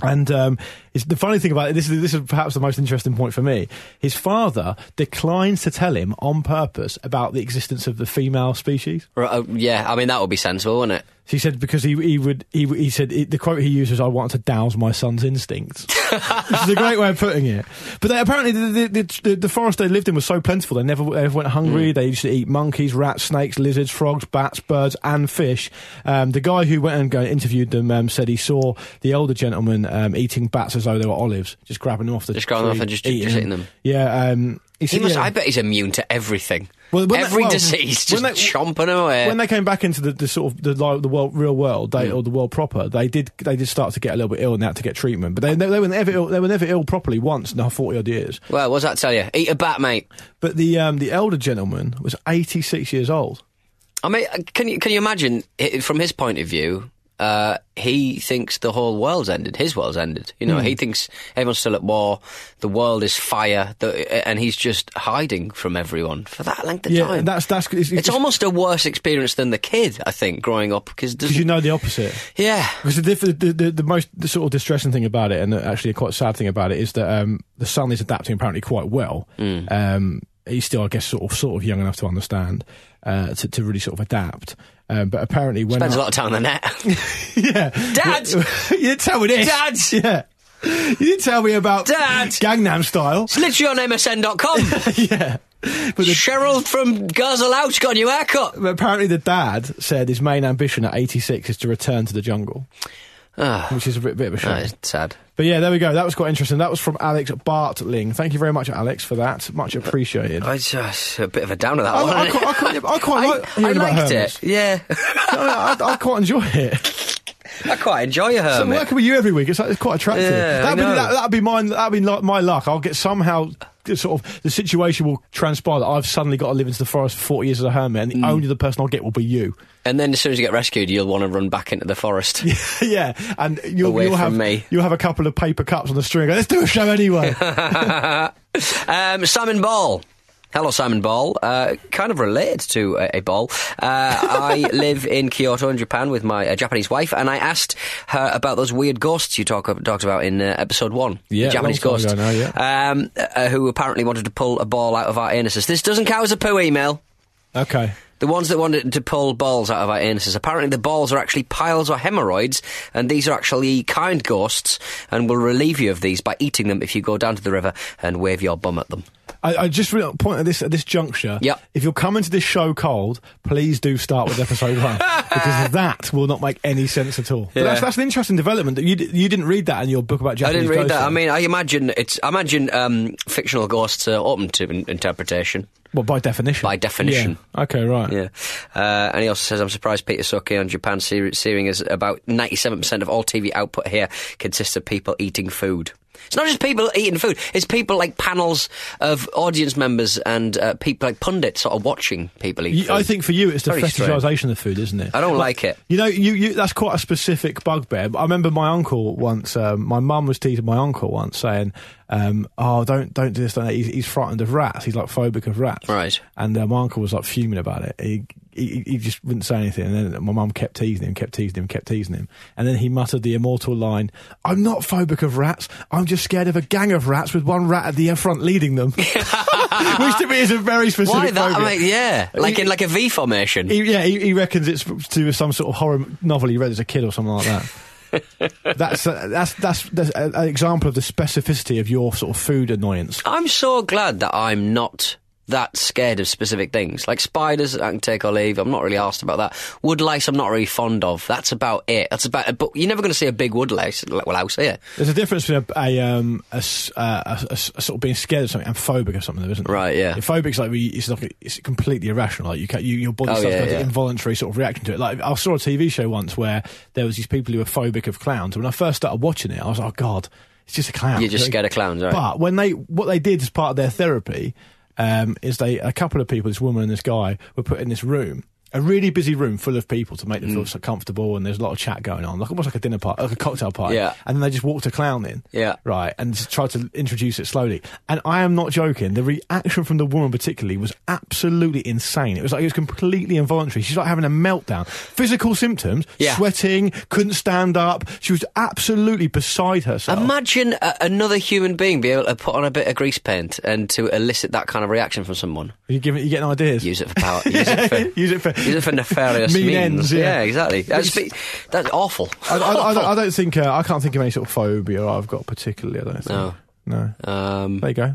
And um, it's the funny thing about it, this is this is perhaps the most interesting point for me. His father declines to tell him on purpose about the existence of the female species. Right, uh, yeah, I mean that would be sensible, wouldn't it? He said because he he would he he said he, the quote he used was I want to douse my son's instincts. Which is a great way of putting it. But they, apparently the the, the, the the forest they lived in was so plentiful they never, they never went hungry. Mm. They used to eat monkeys, rats, snakes, lizards, frogs, bats, birds, and fish. Um, the guy who went and go, interviewed them um, said he saw the older gentleman um, eating bats as though they were olives, just grabbing them off the Just grabbing them off and just- just eating them. Yeah. Um, He said, must, yeah. I bet he's immune to everything. Well, when they- Every well, disease, just when they- chomping away. when they came back into the, the sort of the, li- the world, real world, Mm. they, or the world proper, they did they did start to get a little bit ill and they had to get treatment. But they, they, were never ill, they were never ill properly once in our forty odd years. well, what's that tell you? Eat a bat, mate. But the um, the elder gentleman was eighty six years old. I mean, uh, can you can you imagine i- from his point of view? Uh, he thinks the whole world's ended. His world's ended. You know, Hmm. he thinks everyone's still at war. The world is fire, the, and he's just hiding from everyone for that length of Yeah, time. that's that's it's, it's almost a worse experience than the kid, I think, growing up because because you know the opposite. yeah, Because the, diff- the, the the most the sort of distressing thing about it, and actually a quite sad thing about it, is that um, the son is adapting apparently quite well. Mm. Um, he's still, I guess, sort of sort of young enough to understand uh, to to really sort of adapt. Um, but apparently, when spends I- a lot of time on the net. yeah, Dad! you didn't tell me this, Dad! Yeah, you didn't tell me about Dad! Gangnam Style. It's literally on MSN.com. yeah, but the, Cheryl from Gaza Lounge got a new haircut. But apparently, the dad said his main ambition at 86 is to return to the jungle, Ah, which is a bit, bit of a shame. that is sad. But yeah, there we go. That was quite interesting. That was from Alex Bartling. Thank you very much, Alex, for that. Much appreciated. I, I just a bit of a downer that I, one. quite, I, quite, I quite like I hearing about liked hermits. it. Yeah, I, I, I quite enjoy it. I quite enjoy a So I'm hermit. working with you every week. It's, it's quite attractive. Um, Yeah, I that'd, be, know. that, that'd be mine. That'd be like my luck. I'll get somehow the sort of the situation will transpire that I've suddenly got to live into the forest for 40 years as a hermit, Mm. and the only the person I'll get will be you. and then as soon as you get rescued, you'll want to run back into the forest. yeah, and you'll, Away you'll have from me. you'll have a couple of paper cups on the string. Let's do a show anyway. um, Simon Ball. Hello, Simon Ball. Uh, kind of related to a, a ball. Uh, I live in Kyoto, in Japan, with my uh, Japanese wife, and I asked her about those weird ghosts you talk, talked about in uh, episode one. Yeah, the Japanese long time ghosts, ago now, yeah. um, uh, who apparently wanted to pull a ball out of our anuses. This doesn't count as a poo email. okay. The ones that wanted to pull balls out of our anuses. Apparently, the balls are actually piles or hemorrhoids, and these are actually kind ghosts, and will relieve you of these by eating them if you go down to the river and wave your bum at them. I, I just really point at this at this juncture. Yep. If you're coming to this show cold, please do start with episode one because that will not make any sense at all. But Yeah. that's, that's an interesting development that you d- you didn't read that in your book about I Japanese. didn't read ghosts, that. I though. mean, I imagine it's. I imagine um, fictional ghosts are open to in- interpretation. well, by definition. By definition. Yeah. Okay. Right. Yeah, uh, and he also says, "I'm surprised Peter so keen on Japan, se- seeing as about 97 percent of all TV output here consists of people eating food. It's not just people eating food; it's people like panels of audience members and uh, people like pundits sort of watching people eat. You- I food. think for you, it's the Very strange. fetishisation of food, isn't it? I don't like it. You know, you, you that's quite a specific bugbear. I remember my uncle once. Um, my mum was teasing my uncle once, saying, um, "Oh, don't don't do this. Don't that. He's, he's frightened of rats. He's like phobic of rats." Right. And uh, my uncle was like fuming about it. He, he he just wouldn't say anything. And then my mum kept teasing him, kept teasing him, kept teasing him. And then he muttered the immortal line, "I'm not phobic of rats. I'm just scared of a gang of rats with one rat at the front leading them." Which to me is a very specific. Why that? phobia. I mean, yeah, like in like a V formation. He, yeah, he, he reckons it's to some sort of horror novel he read as a kid or something like that. that's, uh, that's that's that's a- an example of the specificity of your sort of food annoyance. I'm so glad that I'm not that scared of specific things. Like spiders, I can take or leave. I'm not really asked about that. Woodlice, I'm not really fond of. That's about it. That's about. But you're never going to see a big woodlice. like, Well, house here, There's a difference between a, a, um, a, s- uh, a- a s- a sort of being scared of something and phobic of something, though, isn't there? Right, yeah. Phobic's like we- it's like it's completely irrational. Like you, can, you your body Oh, starts yeah, going to yeah. involuntary sort of reaction to it. Like I saw a TV show once where there was these people who were phobic of clowns. When I first started watching it, I was like, oh god, it's just a clown. you're just Like, scared of clowns, right? But when they what they did as part of their therapy um, is they a couple of people, this woman and this guy, were put in this room. a really busy room full of people to make them Mm. feel so comfortable, and there's a lot of chat going on, like almost like a dinner party, like a cocktail party. Yeah. And then they just walked a clown in. Yeah. Right, and just tried to introduce it slowly. And I am not joking. The reaction from the woman, particularly, was absolutely insane. It was like it was completely involuntary. She's like having a meltdown. Physical symptoms, Yeah. sweating, couldn't stand up. She was absolutely beside herself. Imagine a, another human being be able to put on a bit of grease paint and to elicit that kind of reaction from someone. you giving, you getting ideas? Use it for power. Use it for. Use it for- use it for nefarious Mean means. ends, yeah. exactly. That's, Which- be- that's awful. I, I, I, don't- I don't think uh, I can't think of any sort of phobia I've got particularly. I don't think. No. No. Uh, Um, There you go.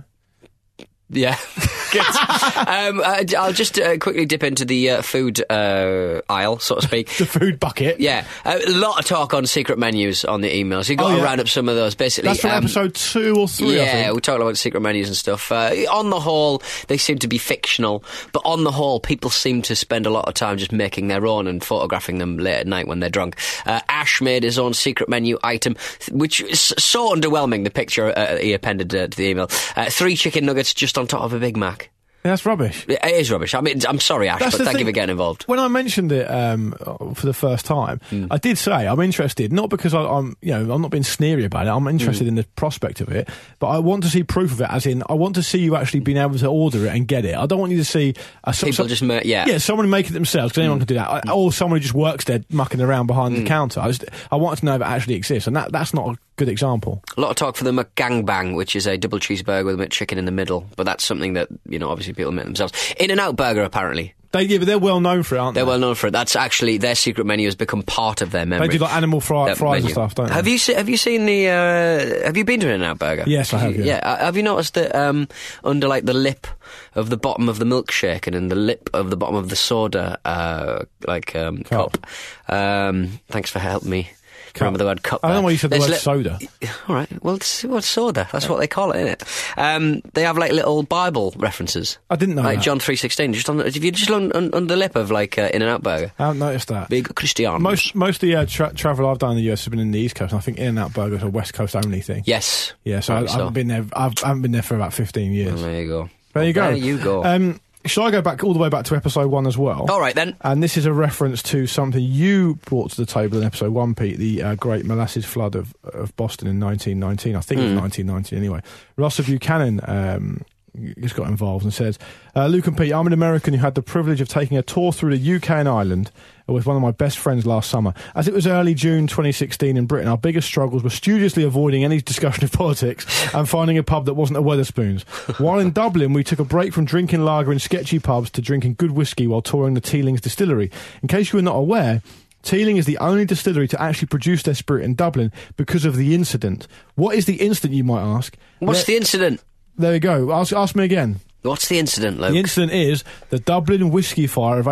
Yeah. Good. um, I, will just uh, quickly dip into the uh, food uh, aisle, so to speak. The food bucket. Yeah, a lot of talk on secret menus on the emails. You've got Oh, to yeah. round up some of those, basically. That's from um, episode two or three. I Yeah, think. we talked about secret menus and stuff. Uh, on the whole, they seem to be fictional, but on the whole, people seem to spend a lot of time just making their own and photographing them late at night when they're drunk. Uh, Ash made his own secret menu item, th- which is so underwhelming. The picture uh, he appended uh, to the email: uh, three chicken nuggets just on top of a Big Mac. Yeah, that's rubbish. It is rubbish. I mean, I'm sorry, Ash, That's but the thank you thing. for getting involved. Hmm. When I mentioned it um, for the first time, I did say I'm interested, not because I, I'm, you know, I'm not being sneery about it. Hmm. I'm interested in the prospect of it, but I want to see proof of it. As in, I want to see you actually being able to order it and get it. I don't want you to see a, so- People so- just ma- yeah. Mm. yeah, someone make it themselves because anyone can do that, I- or someone who just works there mucking around behind the counter. I just, I wanted to know if it actually exists, and that that's not a good example. A lot of talk for the McGangbang, which is a double cheeseburger with a chicken in the middle, but that's something that you know obviously people make themselves. In and Out Burger, apparently, They yeah, but they're well known for it, aren't they're they? well known for it. That's actually their secret menu has become part of their they memory. do like animal fry, Their fries and menu. stuff, don't they? have you se- have you seen the uh, have you been to an Out Burger? Yes, I have, yeah. uh, have you noticed that um, under like the lip of the bottom of the milkshake and in the lip of the bottom of the soda uh, like um, Cup. cup? Um, thanks for helping me. Remember the word cup. I don't know there. why you said the There's word li- soda. all right. Well, it's, well, it's soda. That's what they call it, isn't it? Um, they have like little Bible references. I didn't know Like that. John three sixteen. Just on, the- if you just on, on, on the lip of like uh, In and Out Burger, I haven't noticed that. big Christian. Most most of the uh, tra- travel I've done in the US has been in the East Coast, and I think In-N-Out Burger's a West Coast only thing. yes. Yeah, so I, I Probably haven't been there. I've, I haven't been there for about fifteen years. There you go. There you go. Mm. There you go. Oh, Um, shall I go back all the way back to episode one as well? All right then. And this is a reference to something you brought to the table in episode one, Pete, the uh, great molasses flood of, of Boston in 1919. I think it was 1919 anyway. Ross of Buchanan um, just got involved and says, uh, Luke and Pete, I'm an American who had the privilege of taking a tour through the UK and Ireland with one of my best friends last summer. As it was early June 2016 in Britain, our biggest struggles were studiously avoiding any discussion of politics and finding a pub that wasn't a Wetherspoons. While in Dublin, we took a break from drinking lager in sketchy pubs to drinking good whiskey while touring the Teelings distillery. In case you were not aware, Teeling is the only distillery to actually produce their spirit in Dublin because of the incident. What is the incident, you might ask? What's Le- the incident? There you go. Ask, ask me again. What's the incident, Luke? The incident is the Dublin Whiskey Fire of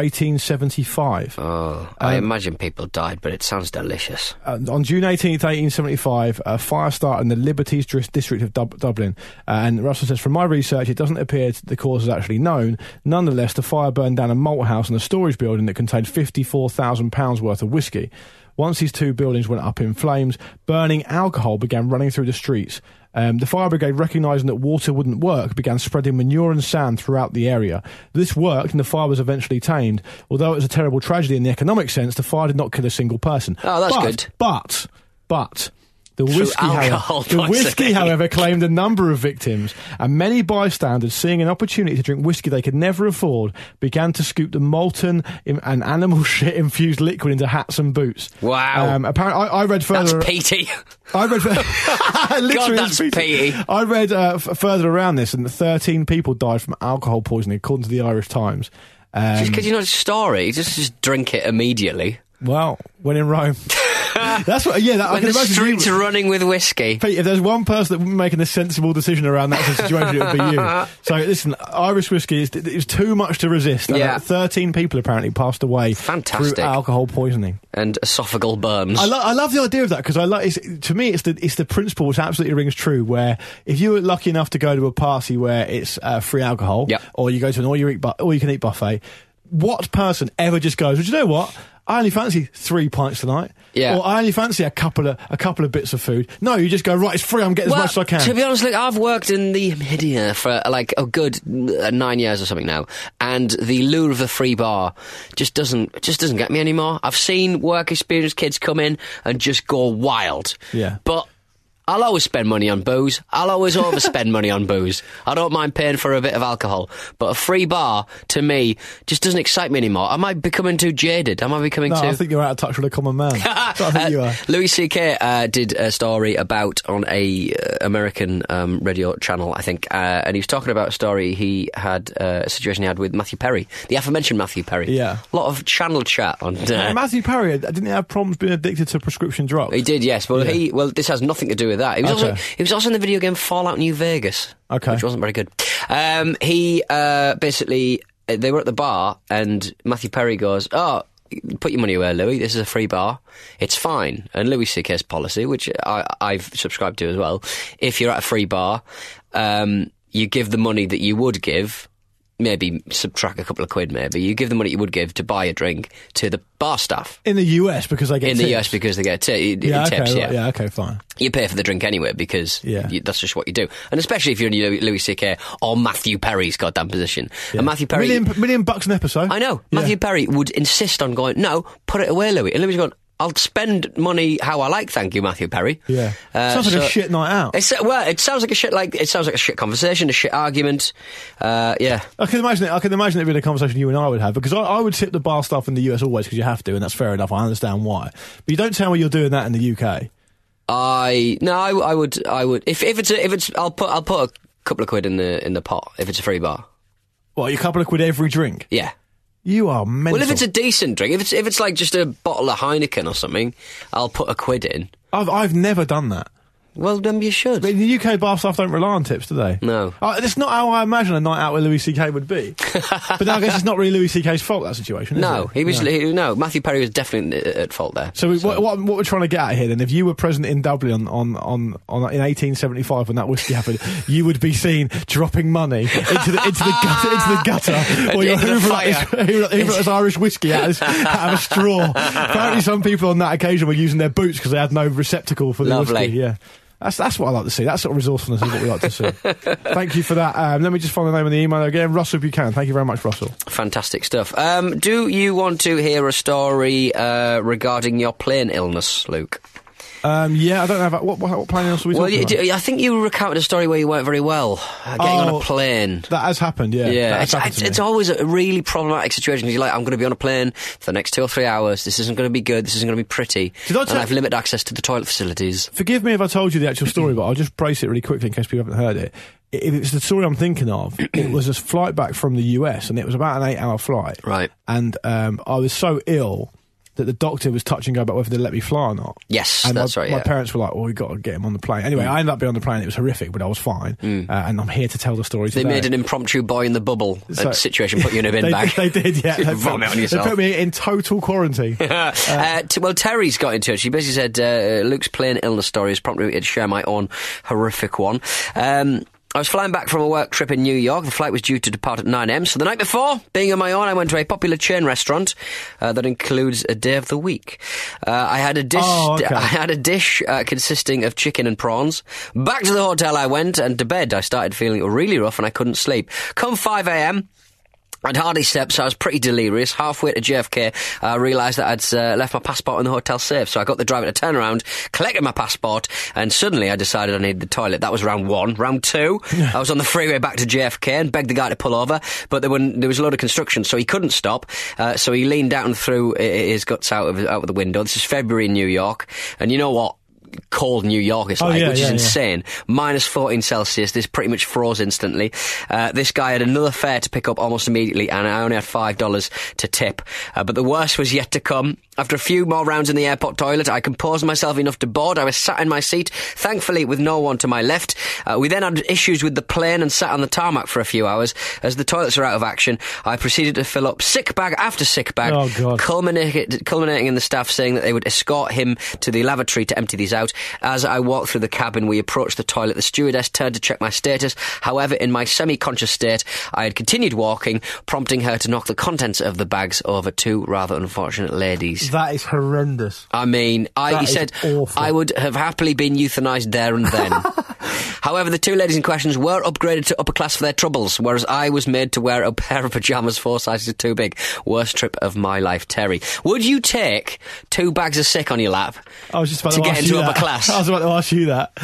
1875. oh, Um, I imagine people died, but it sounds delicious. Uh, on June 18th, 1875, a fire started in the Liberties Dris- district of Dub- Dublin. Uh, and Russell says, from my research, it doesn't appear t- the cause is actually known. Nonetheless, the fire burned down a malt house and a storage building that contained £54,000 worth of whiskey. Once these two buildings went up in flames, burning alcohol began running through the streets. Um, the fire brigade, recognizing that water wouldn't work, began spreading manure and sand throughout the area. This worked, and the fire was eventually tamed. Although it was a terrible tragedy in the economic sense, the fire did not kill a single person. Oh, that's But- good. But, but. The whiskey, alcohol however, the poisoning. whiskey, however, claimed a number of victims, and many bystanders, seeing an opportunity to drink whiskey they could never afford, began to scoop the molten im- and animal shit infused liquid into hats and boots. Wow. Um, apparently, I, I read That's further. Petey. I read. Literally, that's E. it's Petey. Petey. I read uh, f- further around this, and 13 people died from alcohol poisoning, according to the Irish Times. Um, Just because you know it's a story, just just drink it immediately. well, when in Rome, that's what. Yeah, that, I When can the imagine. you- streets are running with whiskey. Pete, if there's one person that would be making a sensible decision around that sort of situation, it would be you. So listen, Irish whiskey is it was too much to resist. And, uh, Yeah. Thirteen people apparently passed away Fantastic. through alcohol poisoning. and esophageal burns. I, lo- I love the idea of that because I like it's, to me it's the it's the principle which absolutely rings true. Where if you were lucky enough to go to a party where it's uh, free alcohol, Yep. or you go to an all you eat bu- all you can eat buffet, what person ever just goes? Well, do you know what? I only fancy three pints tonight. Yeah. Or I only fancy a couple of a couple of bits of food. No, you just go right. It's free. I'm getting well, as much as I can. To be honest, like I've worked in the media for like a good uh, nine years or something now, and the lure of the free bar just doesn't just doesn't get me anymore. I've seen work experience kids come in and just go wild. Yeah. but. I'll always spend money on booze. I'll always overspend money on booze. I don't mind paying for a bit of alcohol, but a free bar to me just doesn't excite me anymore. Am I becoming too jaded? Am I becoming no, too? I think you're out of touch with a common man. That's what I think Uh, you are. Louis C.K. Uh, did a story about on a uh, American um, radio channel, I think, uh, and he was talking about a story he had uh, a situation he had with Matthew Perry, the aforementioned Matthew Perry. Yeah. a lot of channel chat on. And Uh, Matthew Perry didn't he have problems being addicted to prescription drugs. he did, yes. Well, he well, this has nothing to do with that. He was also Okay. he was also in the video game Fallout New Vegas, Okay. which wasn't very good. Um, he uh, basically uh, they were at the bar, and Matthew Perry goes, "Oh." Put your money away, Louis. This is a free bar. It's fine. And Louis C.K.'s policy, which I, I've subscribed to as well, if you're at a free bar, um, you give the money that you would give, maybe subtract a couple of quid, maybe. You give the money you would give to buy a drink to the bar staff in the US because they get in the tips. US because they get ti yeah, okay, tips. right, yeah, yeah, okay, fine. you pay for the drink anyway because Yeah. you, that's just what you do. And especially if you're in Louis, Louis C.K. or Matthew Perry's goddamn position. And Matthew Perry. million, million bucks an episode. I know. Yeah. Matthew Perry would insist on going, no, put it away, Louis. And Louis going, I'll spend money how I like, thank you, Matthew Perry. Yeah. Sounds like a shit night out. It's, uh, well, Uh, it sounds like a shit. Like it sounds like a shit conversation, a shit argument. Uh, yeah, I can imagine it. I can imagine it being a conversation you and I would have because I, I would tip the bar staff in the US always because you have to, and that's fair enough. I understand why. But you don't tell me you're doing that in the UK. I no, I, I would, I would. If if it's a, if it's, I'll put I'll put a couple of quid in the in the pot if it's a free bar. Well, you couple of quid every drink. Yeah. You are mental. Well, if it's a decent drink, if it's if it's like just a bottle of Heineken or something, I'll put a quid in. I've I've never done that. Well, then you should. But the UK bar staff don't rely on tips, do they? No. Uh, that's not how I imagine a night out with Louis C.K. would be. but I guess it's not really Louis C.K.'s fault that situation. Is no, it? he was he- no. Matthew Perry was definitely uh, at fault there. So, we- What, what, what we're trying to get at here, then, if you were present in Dublin on, on, on, on in 1875 when that whiskey happened, you would be seen dropping money into the into the gutter, into the gutter, or you're Into the hoovering up his, fire. hoovering up- hoovering up his Irish whiskey out of, his- out of a straw. Apparently, some people on that occasion were using their boots because they had no receptacle for the Lovely. whiskey. Yeah. That's, that's what I like to see. That sort of resourcefulness is what we like to see. Thank you for that. Um, let me just find the name of the email again. Russell Buchanan. Thank you very much, Russell. Fantastic stuff. Um, do you want to hear a story uh, regarding your plane illness, Luke? Um, yeah, I don't have. What, what, what plan else are we Well, talking you, about? do- I think you recounted a story where you weren't very well, uh, getting on Oh. a plane. That has happened, yeah. Yeah, That has it's, happened it's, to me. it's always a really problematic situation 'cause you're like, I'm going to be on a plane for the next two or three hours. This isn't going to be good. This isn't going to be pretty. Did I and tell- I have limited access to the toilet facilities. Forgive me if I told you the actual story, but I'll just brace it really quickly in case people haven't heard it. I- If it's the story I'm thinking of, it was a flight back from the US, and it was about an eight-hour flight. Right. And um, I was so ill that the doctor was touch and go about whether they let me fly or not. Yes, And that's my, right. My yeah. Mm. parents were like, "Well, we got to get him on the plane." Anyway, I ended up being on the plane. It was horrific, but I was fine. Uh, and I'm here to tell the story They today. made an impromptu boy in the bubble uh, So- situation, put you in a bin they, bag. They did, yeah. They put- Vomit on yourself. They put me in total quarantine. uh, t- well, Terry's got in touch. He basically said uh, Luke's plain illness story has prompted me to share my own horrific one. Um, I was flying back from a work trip in New York. The flight was due to depart at 9am. So the night before, being on my own, I went to a popular chain restaurant uh, that includes a day of the week. Uh, I had a dish. Oh, okay. I had a dish uh, consisting of chicken and prawns. Back to the hotel I went, and to bed I started feeling really rough, and I couldn't sleep. Come 5 a.m. I'd hardly slept, so I was pretty delirious. Halfway to JFK, I realised that I'd uh, left my passport in the hotel safe. So I got the driver to turn around, collected my passport, and suddenly I decided I needed the toilet. That was round one. Round two, I was on the freeway back to JFK and begged the guy to pull over, but there, were there was a load of construction, so he couldn't stop. Uh, so he leaned out and threw i- i- his guts out of, out of the window. This is February in New York, and you know what? Cold New York is Oh, like, yeah, which yeah, is yeah. insane insane. Minus 14 Celsius. This pretty much froze instantly. Uh, this guy had another fare to pick up almost immediately, and I only had $5 to tip. Uh, but the worst was yet to come. After a few more rounds in the airport toilet, I composed myself enough to board. I was sat in my seat, thankfully with no one to my left. Uh, we then had issues with the plane and sat on the tarmac for a few hours. As the toilets are out of action, I proceeded to fill up sick bag after sick bag, Oh, God. culminated- culminating in the staff saying that they would escort him to the lavatory to empty these out. As I walked through the cabin, we approached the toilet. The stewardess turned to check my status. However, in my semi-conscious state, I had continued walking, prompting her to knock the contents of the bags over two rather unfortunate ladies. That is horrendous. I mean, I, That he is said, awful. I would have happily been euthanized there and then. However, the two ladies in question were upgraded to upper class for their troubles, whereas I was made to wear a pair of pyjamas four sizes too big. Worst trip of my life, Terry. Would you take two bags of sick on your lap? I was just about to to, get ask into you upper that. class. I was about to ask you that.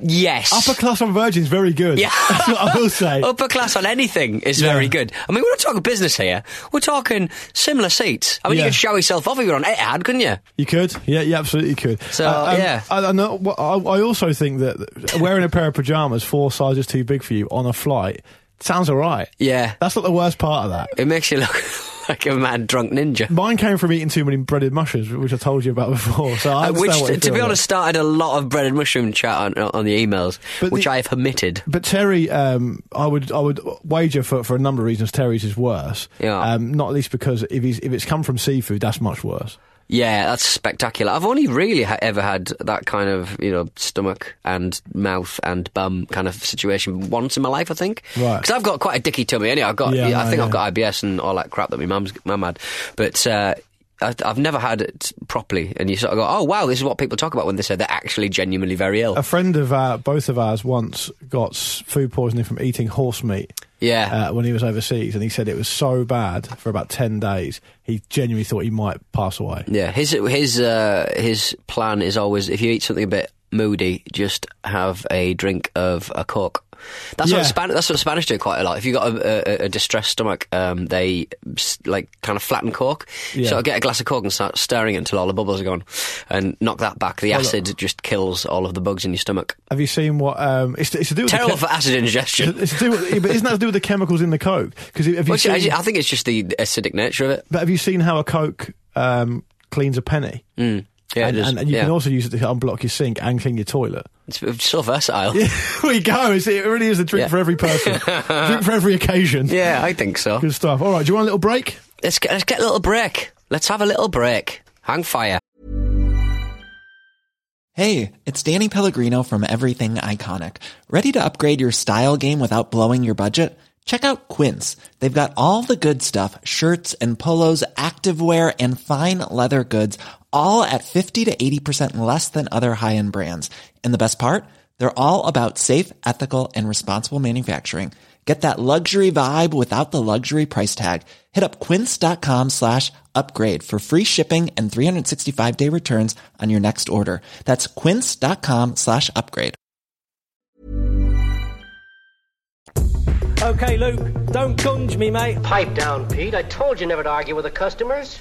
Yes. Upper class on Virgin's very good. Yeah. Oh. That's what I will say. Upper class on anything is Yeah. very good. I mean, we're not talking business here. We're talking similar seats. I mean, Yeah. you could show yourself off if you were on Etihad, couldn't you? You could, yeah, you absolutely could. Uh, um, So, yeah. I, I, know, what- I, I also think that wearing a pair of pajamas four sizes too big for you on a flight sounds all right. Yeah. That's not the worst part of that. It makes you look like a mad drunk ninja. Mine came from eating too many breaded mushrooms, which I told you about before. So I Uh, understand which, what you to feel be about. honest, started a lot of bread and mushroom chat on, uh, on the emails, But which the- I have omitted. But Terry, um, I would I would wager for, for a number of reasons Terry's is worse. Yeah. Um, not least because if he's, if it's come from seafood, that's much worse. Yeah, that's spectacular. I've only really ha- ever had that kind of, you know, stomach and mouth and bum kind of situation once in my life, I think. Right. Because I've got quite a dicky tummy, anyway. I've got, Yeah, I no, think I've yeah. got IBS and all that crap that my mum's mum had. But, uh, I- I've never had it properly, and you sort of go, "Oh wow, this is what people talk about when they say they're actually genuinely very ill." A friend of uh, both of ours once got s- food poisoning from eating horse meat. yeah, Uh, when he was overseas, and he said it was so bad for about ten days, he genuinely thought he might pass away. Yeah, his his uh, his plan is always if you eat something a bit moody, just have a drink of a coke. That's Yeah. what Span- that's what Spanish do quite a lot. If you have got a, a, a distressed stomach, um, they s- like kind of flatten coke. Yeah. So I get a glass of coke and start stirring it until all the bubbles are gone, and knock that back. The acid just kills all of the bugs in your stomach. Have you seen what? Um, it's, it's to do with Terrible for The acid ingestion. chem- it's to do with, but isn't that to do with the chemicals in the coke? Because have you Which seen, I, I think it's just the acidic nature of it. but have you seen how a coke um, cleans a penny? Mm. Yeah, and, it is. and you yeah. can also use it to unblock your sink and clean your toilet. it's so versatile. Here we go. It's, it really is a drink Yeah. for every person, drink for every occasion. yeah, I think so. Good stuff. All right, do you want a little break? Let's get, let's get a little break. Let's have a little break. Hang fire. Hey, it's Danny Pellegrino from Everything Iconic. Ready to upgrade your style game without blowing your budget? Check out Quince. They've got all the good stuff, shirts and polos, activewear and fine leather goods, all at 50 to 80% less than other high-end brands. And the best part? They're all about safe, ethical and responsible manufacturing. Get that luxury vibe without the luxury price tag. Hit up quince.com slash upgrade for free shipping and 365 day returns on your next order. That's quince.com slash upgrade. Okay, Luke, don't gunge me, mate. Pipe down, Pete. I told you never to argue with the customers.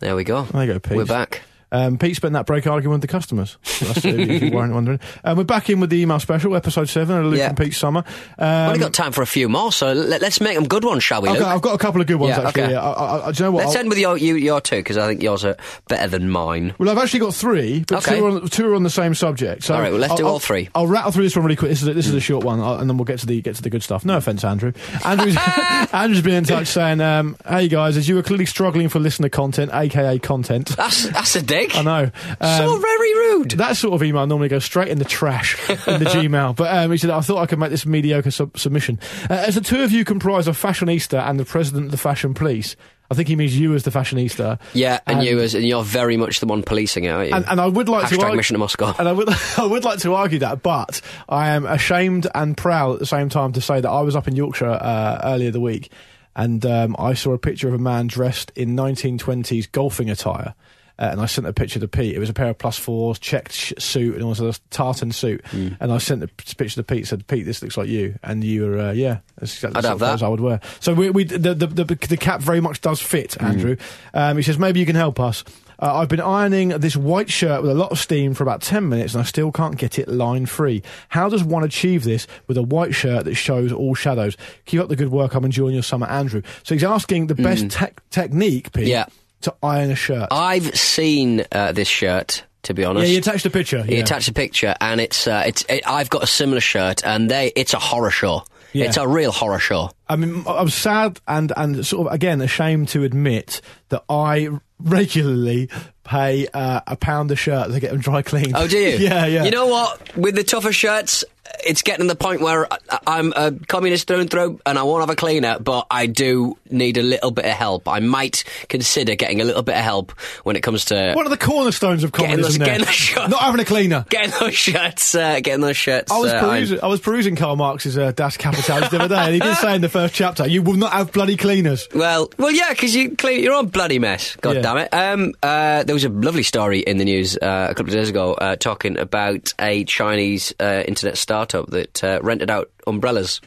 There we go. There you go, Pete. We're back. Um, Pete spent that break arguing with the customers. That's if you weren't wondering. Um, we're back in with the email special, episode seven, of Luke Yeah. and Pete's summer. Um, Only got time for a few more, so let, us make them good ones, shall we? I've, Luke? got, I've got a couple of good ones Yeah, actually. okay. Yeah. I, I, I- do you know what? let's I'll- end with your you, your two because I think yours are better than mine. Well, I've actually got three, but Okay. two, are on, two are on the same subject. So All right, well, let's I'll- do all I'll- three. Mm. I'll rattle through this one really quick. This is a, this is a short one, I'll- and then we'll get to the get to the good stuff. No offense, Andrew. Andrew's, Andrew's been in touch saying, um, "Hey guys, as you were clearly struggling for listener content, aka content." That's that's a dig. I know. so Um, very rude. That sort of email normally goes straight in the trash in the Gmail. But um, he said, I thought I could make this mediocre sub- submission. Uh, as the two of you comprise of Fashionista and the president of the Fashion Police, I think he means you as the Fashionista. yeah, and, you as and you're very much the one policing it, aren't you? um, And, and I would like to Hashtag argue, Mission to Moscow. And I would, I would like to argue that, but I am ashamed and proud at the same time to say that I was up in Yorkshire uh, earlier the week, and um, I saw a picture of a man dressed in 1920s golfing attire. Uh, and I sent a picture to Pete. It was a pair of plus fours, checked sh- suit, and also a tartan suit. Hmm. And I sent the p- picture to Pete. Said, "Pete, this looks like you." And you were, uh, yeah, that's exactly I'd the have sort of that. clothes I would wear. So we, we the, the the the cap very much does fit, Mm. Andrew. Um, he says maybe you can help us. Uh, I've been ironing this white shirt with a lot of steam for about ten minutes, and I still can't get it line free. How does one achieve this with a white shirt that shows all shadows? Keep up the good work. I'm enjoying your summer, Andrew. So he's asking the best tech technique, Pete. Mm. Yeah. to iron a shirt. I've seen uh, this shirt. To be yeah, honest, you attached a picture. He yeah. attached a picture, and it's uh, it's. It, I've got a similar shirt, and they. It's a horror show. Yeah. It's a real horror show. I mean, I was sad and, and sort of, again, ashamed to admit that I regularly pay uh, a pound a shirt to get them dry cleaned. Oh, do you? yeah, yeah. You know what? With the tougher shirts, it's getting to the point where I- I'm a communist through and through, and I won't have a cleaner, but I do need a little bit of help. I might consider getting a little bit of help when it comes to What are the cornerstones of Getting communism those- there? getting those shirts. Not having a cleaner. getting those shirts. Uh, getting those shirts. I was uh, ironed. perusing. I was perusing Karl Marx's uh, Das Kapital the other day, and he did say in the first chapter, "You will not have bloody cleaners." Well, well, yeah, because you clean your own bloody mess. God Yeah. damn it! Um, uh, there was a lovely story in the news uh, a couple of days ago uh, talking about a Chinese uh, internet startup that uh, rented out umbrellas,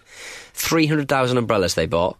three hundred thousand umbrellas they bought,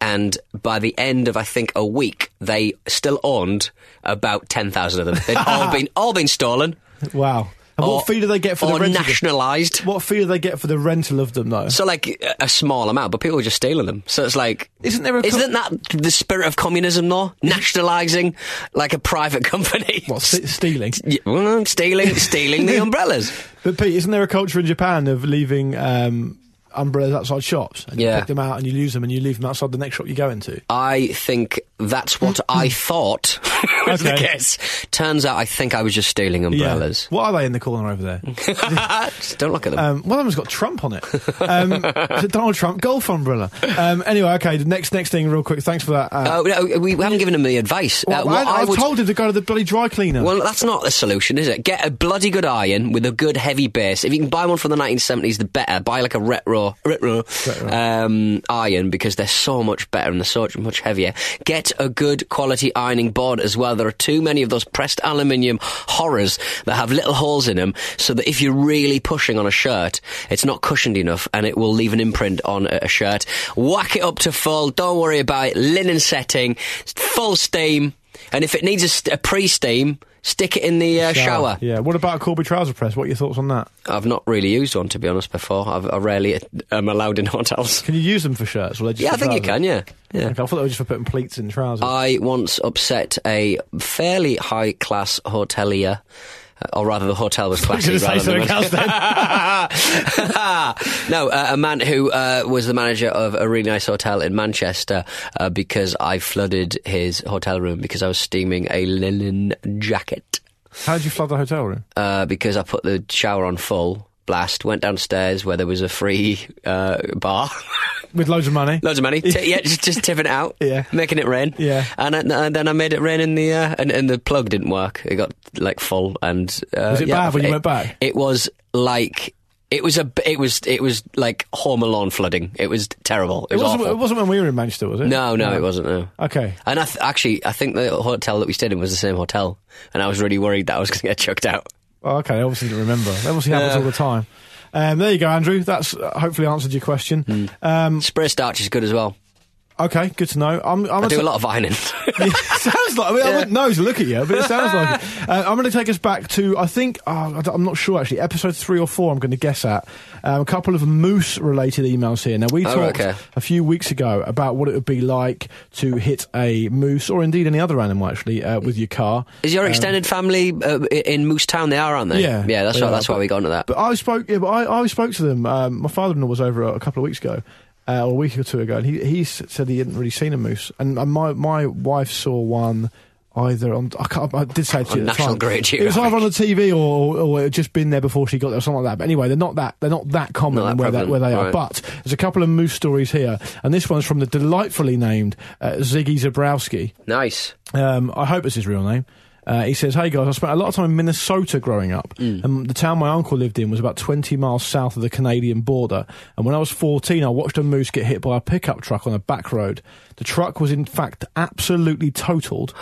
and by the end of I think a week, they still owned about ten thousand of them. They'd all been all been stolen. Wow. And or- what fee do they get for the or rental? nationalised? What fee do they get for the rental of them, though? So like a- a small amount, but people were just stealing them. So it's like, Isn't there a co- isn't that the spirit of communism though? Nationalising like a private company, What st- stealing? Yeah, well, stealing, stealing the umbrellas. But Pete, isn't there a culture in Japan of leaving um, umbrellas outside shops and you Yeah. pick them out and you use them and you leave them outside the next shop you go into? I think that's what I thought was the Okay. case. Turns out I think I was just stealing umbrellas. Yeah. What are they in the corner over there? Just Don't look at them. Um, one of them's got Trump on it. Um, it's a Donald Trump golf umbrella. Um, anyway, okay. The next next thing, real quick. Thanks for that. Uh, oh, no, we haven't given them the advice. Uh, well, what I, I I would- told him to go to the bloody dry cleaner. Well, that's not the solution, is it? Get a bloody good iron with a good heavy base. If you can buy one from the 1970s, the better. Buy like a retro, retro, Um, iron because they're so much better and they're so much heavier. Get a good quality ironing board as well. There are too many of those pressed aluminium horrors that have little holes in them so that if you're really pushing on a shirt, it's not cushioned enough and it will leave an imprint on a a shirt. Whack it up to full. Don't worry about it. Linen setting, full steam. And if it needs a, st- a pre-steam, stick it in the uh, shower. Yeah. What about a Corby trouser press? What are your thoughts on that? I've not really used one to be honest before. I've, I rarely uh, am allowed in hotels. Can you use them for shirts? Or are they just Yeah, for I think you trousers? can. Yeah, yeah. Uh, Okay, I thought they were just for putting pleats in trousers. I once upset a fairly high class hotelier. uh, Or rather, the hotel was classy. gonna say rather than something else no, uh, a man who uh, was the manager of a really nice hotel in Manchester uh, because I flooded his hotel room because I was steaming a linen jacket. How did you flood the hotel room? uh, because I put the shower on full blast. Went downstairs where there was a free uh, bar, With loads of money. loads of money. T- yeah, just, just tipping it out. Yeah. making it rain. Yeah. and, I, and then I made it rain in the uh, and, and the plug didn't work. It got like full and uh, Was it yeah, bad when you it- went back? It was like. It was a. b- It was. It was like Home Alone flooding. It was terrible. It, It was wasn't, awful. it wasn't when we were in Manchester, was it? no, no, it wasn't. No. Okay. And I th- actually, I think the hotel that we stayed in was the same hotel, and I was really worried that I was going to get chucked out. Oh, okay, I obviously didn't remember. That obviously happens all the time. Um, there you go, Andrew. That's uh, hopefully answered your question. Hmm. Um, Spray starch is good as well. okay, good to know. I'm, I'm I do gonna a lot of ironing. Yeah, sounds like I, mean, I wouldn't know to look at you, but it sounds like it. Uh, I'm going to take us back to I think oh, I don't- I'm not sure actually episode three or four. I'm going to guess at um, a couple of moose related emails here. Now we Oh, talked okay. a few weeks ago about what it would be like to hit a moose or indeed any other animal actually uh, with your car. Is your extended family uh, i- in Moose Town? They are, aren't they? Um, Yeah, yeah. That's they why. are, That's why but- we got into that. But I spoke, yeah, but I, I spoke to them. Um, my father-in-law was over a, couple of weeks ago, uh, or a week or two ago, and he, he s- said he hadn't really seen a moose. And, and my my wife saw one either on I, can't, I did say it to you On at the National time. Grid It was Geographic. either on the TV or or it had just been there before she got there, or something like that. But anyway, they're not that they're not that common Not that where prevalent, where they are. right. But there's a couple of moose stories here, and this one's from the delightfully named uh, Ziggy Zabrowski. nice. Um, I hope it's his real name. Uh, he says, "Hey guys, I spent a lot of time in Minnesota growing up, and the town my uncle lived in was about 20 miles south of the Canadian border. And when I was 14, I watched a moose get hit by a pickup truck on a back road. The truck was in fact absolutely totaled."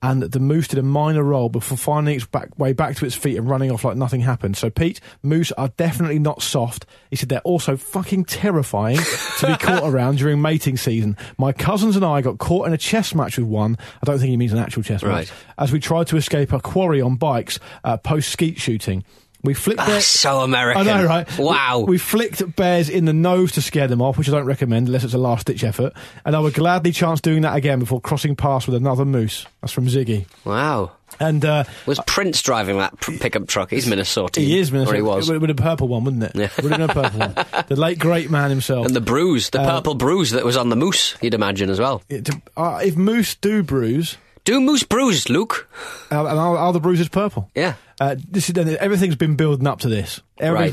And the moose did a minor roll before finding its back way back to its feet and running off like nothing happened. So Pete, moose are definitely not soft. He said they're also fucking terrifying to be caught around during mating season. My cousins and I got caught in a chess match with one. I don't think he means an actual chess match Right. as we tried to escape a quarry on bikes uh, post skeet shooting. We flicked That's bears. Ah, so American. I know, right? Wow. We, we flicked bears in the nose to scare them off, which I don't recommend unless it's a last ditch effort. And I would gladly chance doing that again before crossing paths with another moose. That's from Ziggy. Wow. And uh, Was Prince driving that pr- pickup truck? He's Minnesotan. he is Or Minnesota. he was. It would have been a purple one, wouldn't it? Yeah. Would have been a purple one. The late great man himself. And the bruise, Uh, the purple bruise that was on the moose, you'd imagine as well. It- uh, if moose do bruise, uh, Do moose bruise, Luke? and and are, are the bruises purple? Yeah. Uh, this is everything's been building up to this. Everything's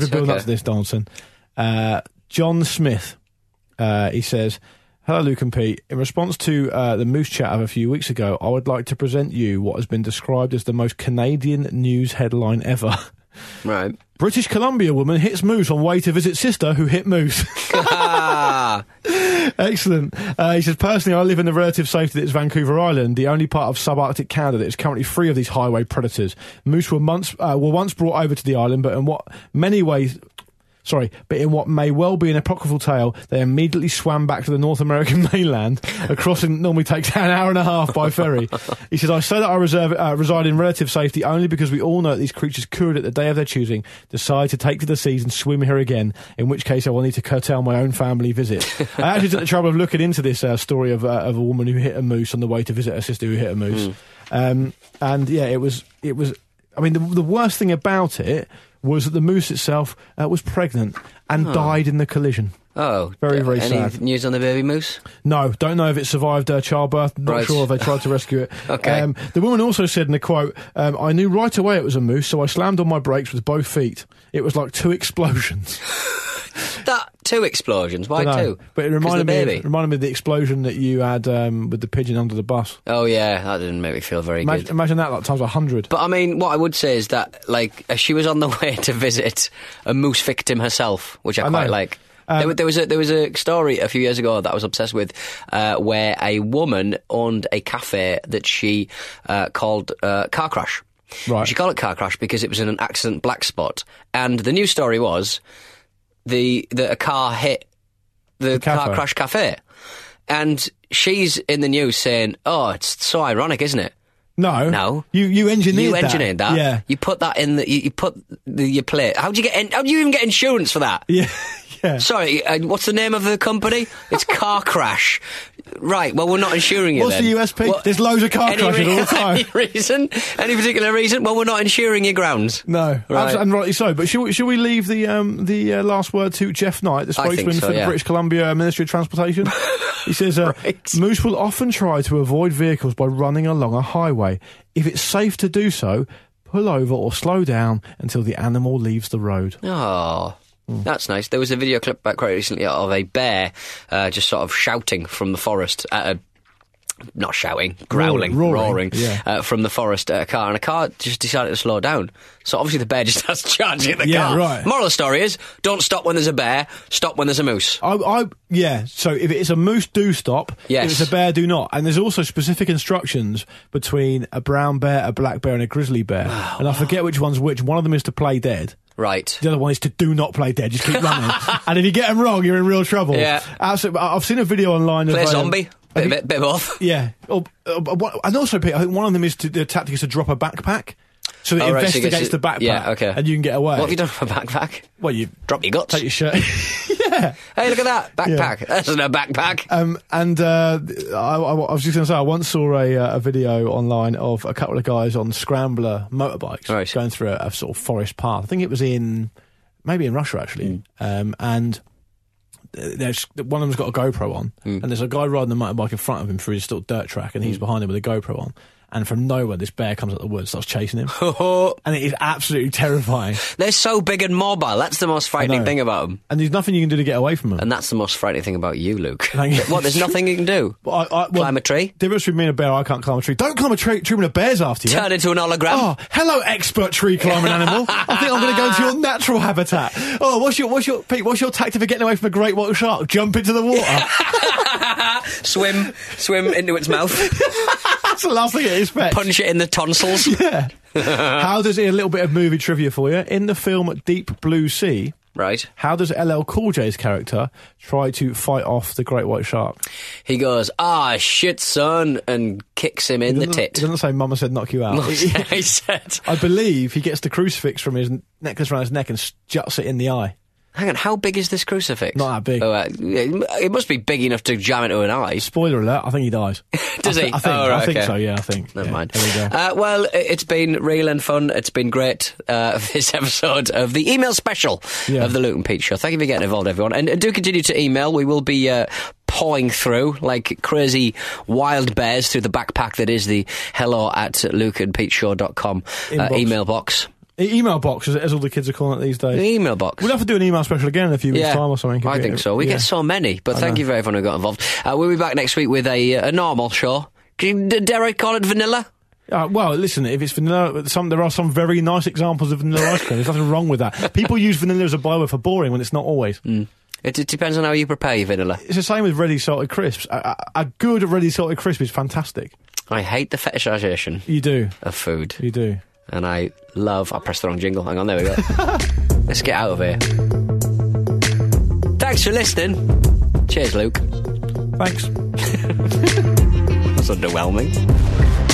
Right, been building okay. up to this, Donaldson. Uh, John Smith, uh, he says, "Hello, Luke and Pete. In response to uh, the Moose Chat of a few weeks ago, I would like to present you what has been described as the most Canadian news headline ever." Right. British Columbia woman hits moose on way to visit sister who hit moose. Ah, Excellent. Uh, he says, personally, I live in the relative safety that is Vancouver Island, the only part of subarctic Canada that is currently free of these highway predators. Moose were once uh, were once brought over to the island, but in what many ways. Sorry, but in what may well be an apocryphal tale, they immediately swam back to the North American mainland, a crossing that normally takes an hour and a half by ferry. he says, I say that I reserve, uh, reside in relative safety only because we all know that these creatures could, at the day of their choosing, decide to take to the seas and swim here again, in which case I will need to curtail my own family visit. I actually took the trouble of looking into this uh, story of, uh, of a woman who hit a moose on the way to visit her sister who hit a moose. Um, and yeah, it was, it was, I mean, the, the worst thing about it was that the moose itself uh, was pregnant and died in the collision. oh. Very, very Any sad. news on the baby moose? No, don't know if it survived uh, childbirth. Not Right. sure if they tried to rescue it. Okay. Um, the woman also said in the quote, um, "I knew right away it was a moose, so I slammed on my brakes with both feet. It was like two explosions. That two explosions. Why Dunno. two? But it 'Cause reminded the me, of, baby. it reminded me of the explosion that you had um, with the pigeon under the bus. oh yeah, that didn't make me feel very Imagine, good. imagine that, like times a hundred. But I mean, what I would say is that, like, uh, she was on the way to visit a moose victim herself, which I, I know. quite like. Um, there, wa- there was a there was a story a few years ago that I was obsessed with, uh, where a woman owned a cafe that she uh, called uh, Car Crash. Right. She called it Car Crash because it was in an accident black spot, and the news story was the that a car hit the, cafe. car crash cafe, and she's in the news saying, "Oh, it's so ironic, isn't it?" No, No. You you engineered you that. engineered that. Yeah, You put that in the. You, you put the, your plate. How do you get? In, how do you even get insurance for that? yeah, yeah. Sorry, uh, what's the name of the company? It's Car Crash. Right. Well, we're not insuring you. What's then. the USP? What- There's loads of car any crashes re- all the time. Any reason? Any particular reason? Well, we're not insuring your grounds. No, Right. abs- and rightly so. But should, we- should we leave the um, the uh, last word to Jeff Knight, the I think spokesman so, for the yeah. British Columbia Ministry of Transportation? he says, uh, Right. "Moose will often try to avoid vehicles by running along a highway. If it's safe to do so, pull over or slow down until the animal leaves the road." Oh. Hmm. That's nice. There was a video clip back quite recently of a bear uh, just sort of shouting from the forest at a not shouting, growling, Roaring, roaring, roaring, yeah. uh, from the forest at a car, and a car just decided to slow down. So obviously the bear just starts charging at the Yeah, car. right. Moral of the story is: don't stop when there's a bear. Stop when there's a moose. I, I, yeah. So if it's a moose, do stop. Yes. If it's a bear, do not. And there's also specific instructions between a brown bear, a black bear, and a grizzly bear. and I forget which one's which. One of them is to play dead. Right. The other one is to do not play dead. Just keep running. and if you get them wrong, you're in real trouble. Yeah. Absolutely. I- I've seen a video online. Play of, um, zombie. have Bit, you- bit, bit both. Yeah. Or, or- or what- and also, Pete, I think one of them is to the tactic is to drop a backpack. So it Oh, right, so you get investigates to- the backpack. Yeah, okay. And you can get away. What have you done with a backpack? Well, you Drop your guts. take your shirt. yeah. Hey, look at that backpack. That's no backpack. Um, and uh, I, I- I was just going to say, I once saw a, uh, a video online of a couple of guys on scrambler motorbikes Right. going through a, a sort of forest path. I think it was in maybe in Russia actually. Hmm. Um, and there's one of them's got a GoPro on, Hmm. and there's a guy riding the motorbike in front of him through his little dirt track, and he's behind him with a GoPro on. And from nowhere, this bear comes out the woods, starts chasing him, and it is absolutely terrifying. Oh, They're so big and mobile. That's the most frightening know. thing about them. And there's nothing you can do to get away from him. And that's the most frightening thing about you, Luke. Thank you. What? There's nothing you can do. But I, I, well, Climb a tree? Difference between me and a bear, I can't climb a tree. Don't climb a tree, tree when a bear's after you. Turn into an hologram. Oh, hello, expert tree climbing animal. I think I'm going to go into your natural habitat. Oh, what's your, what's your, Pete, what's your tactic for getting away from a great white shark? Jump into the water. Swim, swim into its mouth. That's the last thing it is, Pet. Punch it in the tonsils. How does it, a little bit of movie trivia for you. In the film Deep Blue Sea, Right. How does LL Cool J's character try to fight off the great white shark? He goes, ah, shit, son, and kicks him in the Doesn't- tit. Doesn't say Mama said knock you out. he said, I believe he gets the crucifix from his necklace around his neck and juts it in the eye. hang on, how big is this crucifix? Not that big. Oh, uh, it it must be big enough to jam into an eye. Spoiler alert, I think he dies. Does I thi- he? I think, Oh, right, I think okay. so, yeah, I think. Never Yeah, mind. There we go. Uh, well, i- it's been real and fun. It's been great. Uh, this episode of the email special Yeah. of the Luke and Pete Show. Thank you for getting involved, everyone, and uh, do continue to email. We will be. Uh, Pawing through like crazy wild bears through the backpack that is the hello at lukeandpeteshow.com uh, Inbox. email box. E- email box, as, as all the kids are calling it these days. The email box. We'll have to do an email special again in a few weeks' time or something. E- I think so. We Yeah. get so many, but thank you for everyone who got involved. Uh, we'll be back next week with a, a normal show. Can- d- Dare I call it vanilla? Uh, well, listen, if it's vanilla, some, there are some very nice examples of vanilla ice cream. There's nothing wrong with that. People use vanilla as a byword for boring when it's not always. Mm. It, it depends on how you prepare your vanilla. It's the same with ready salted crisps. A, a, a good ready salted crisp is fantastic. I hate the fetishization You do. of food, You do. and I love. I pressed the wrong jingle. Hang on, there we go. Let's get out of here. Thanks for listening. Cheers, Luke. Thanks. That's underwhelming.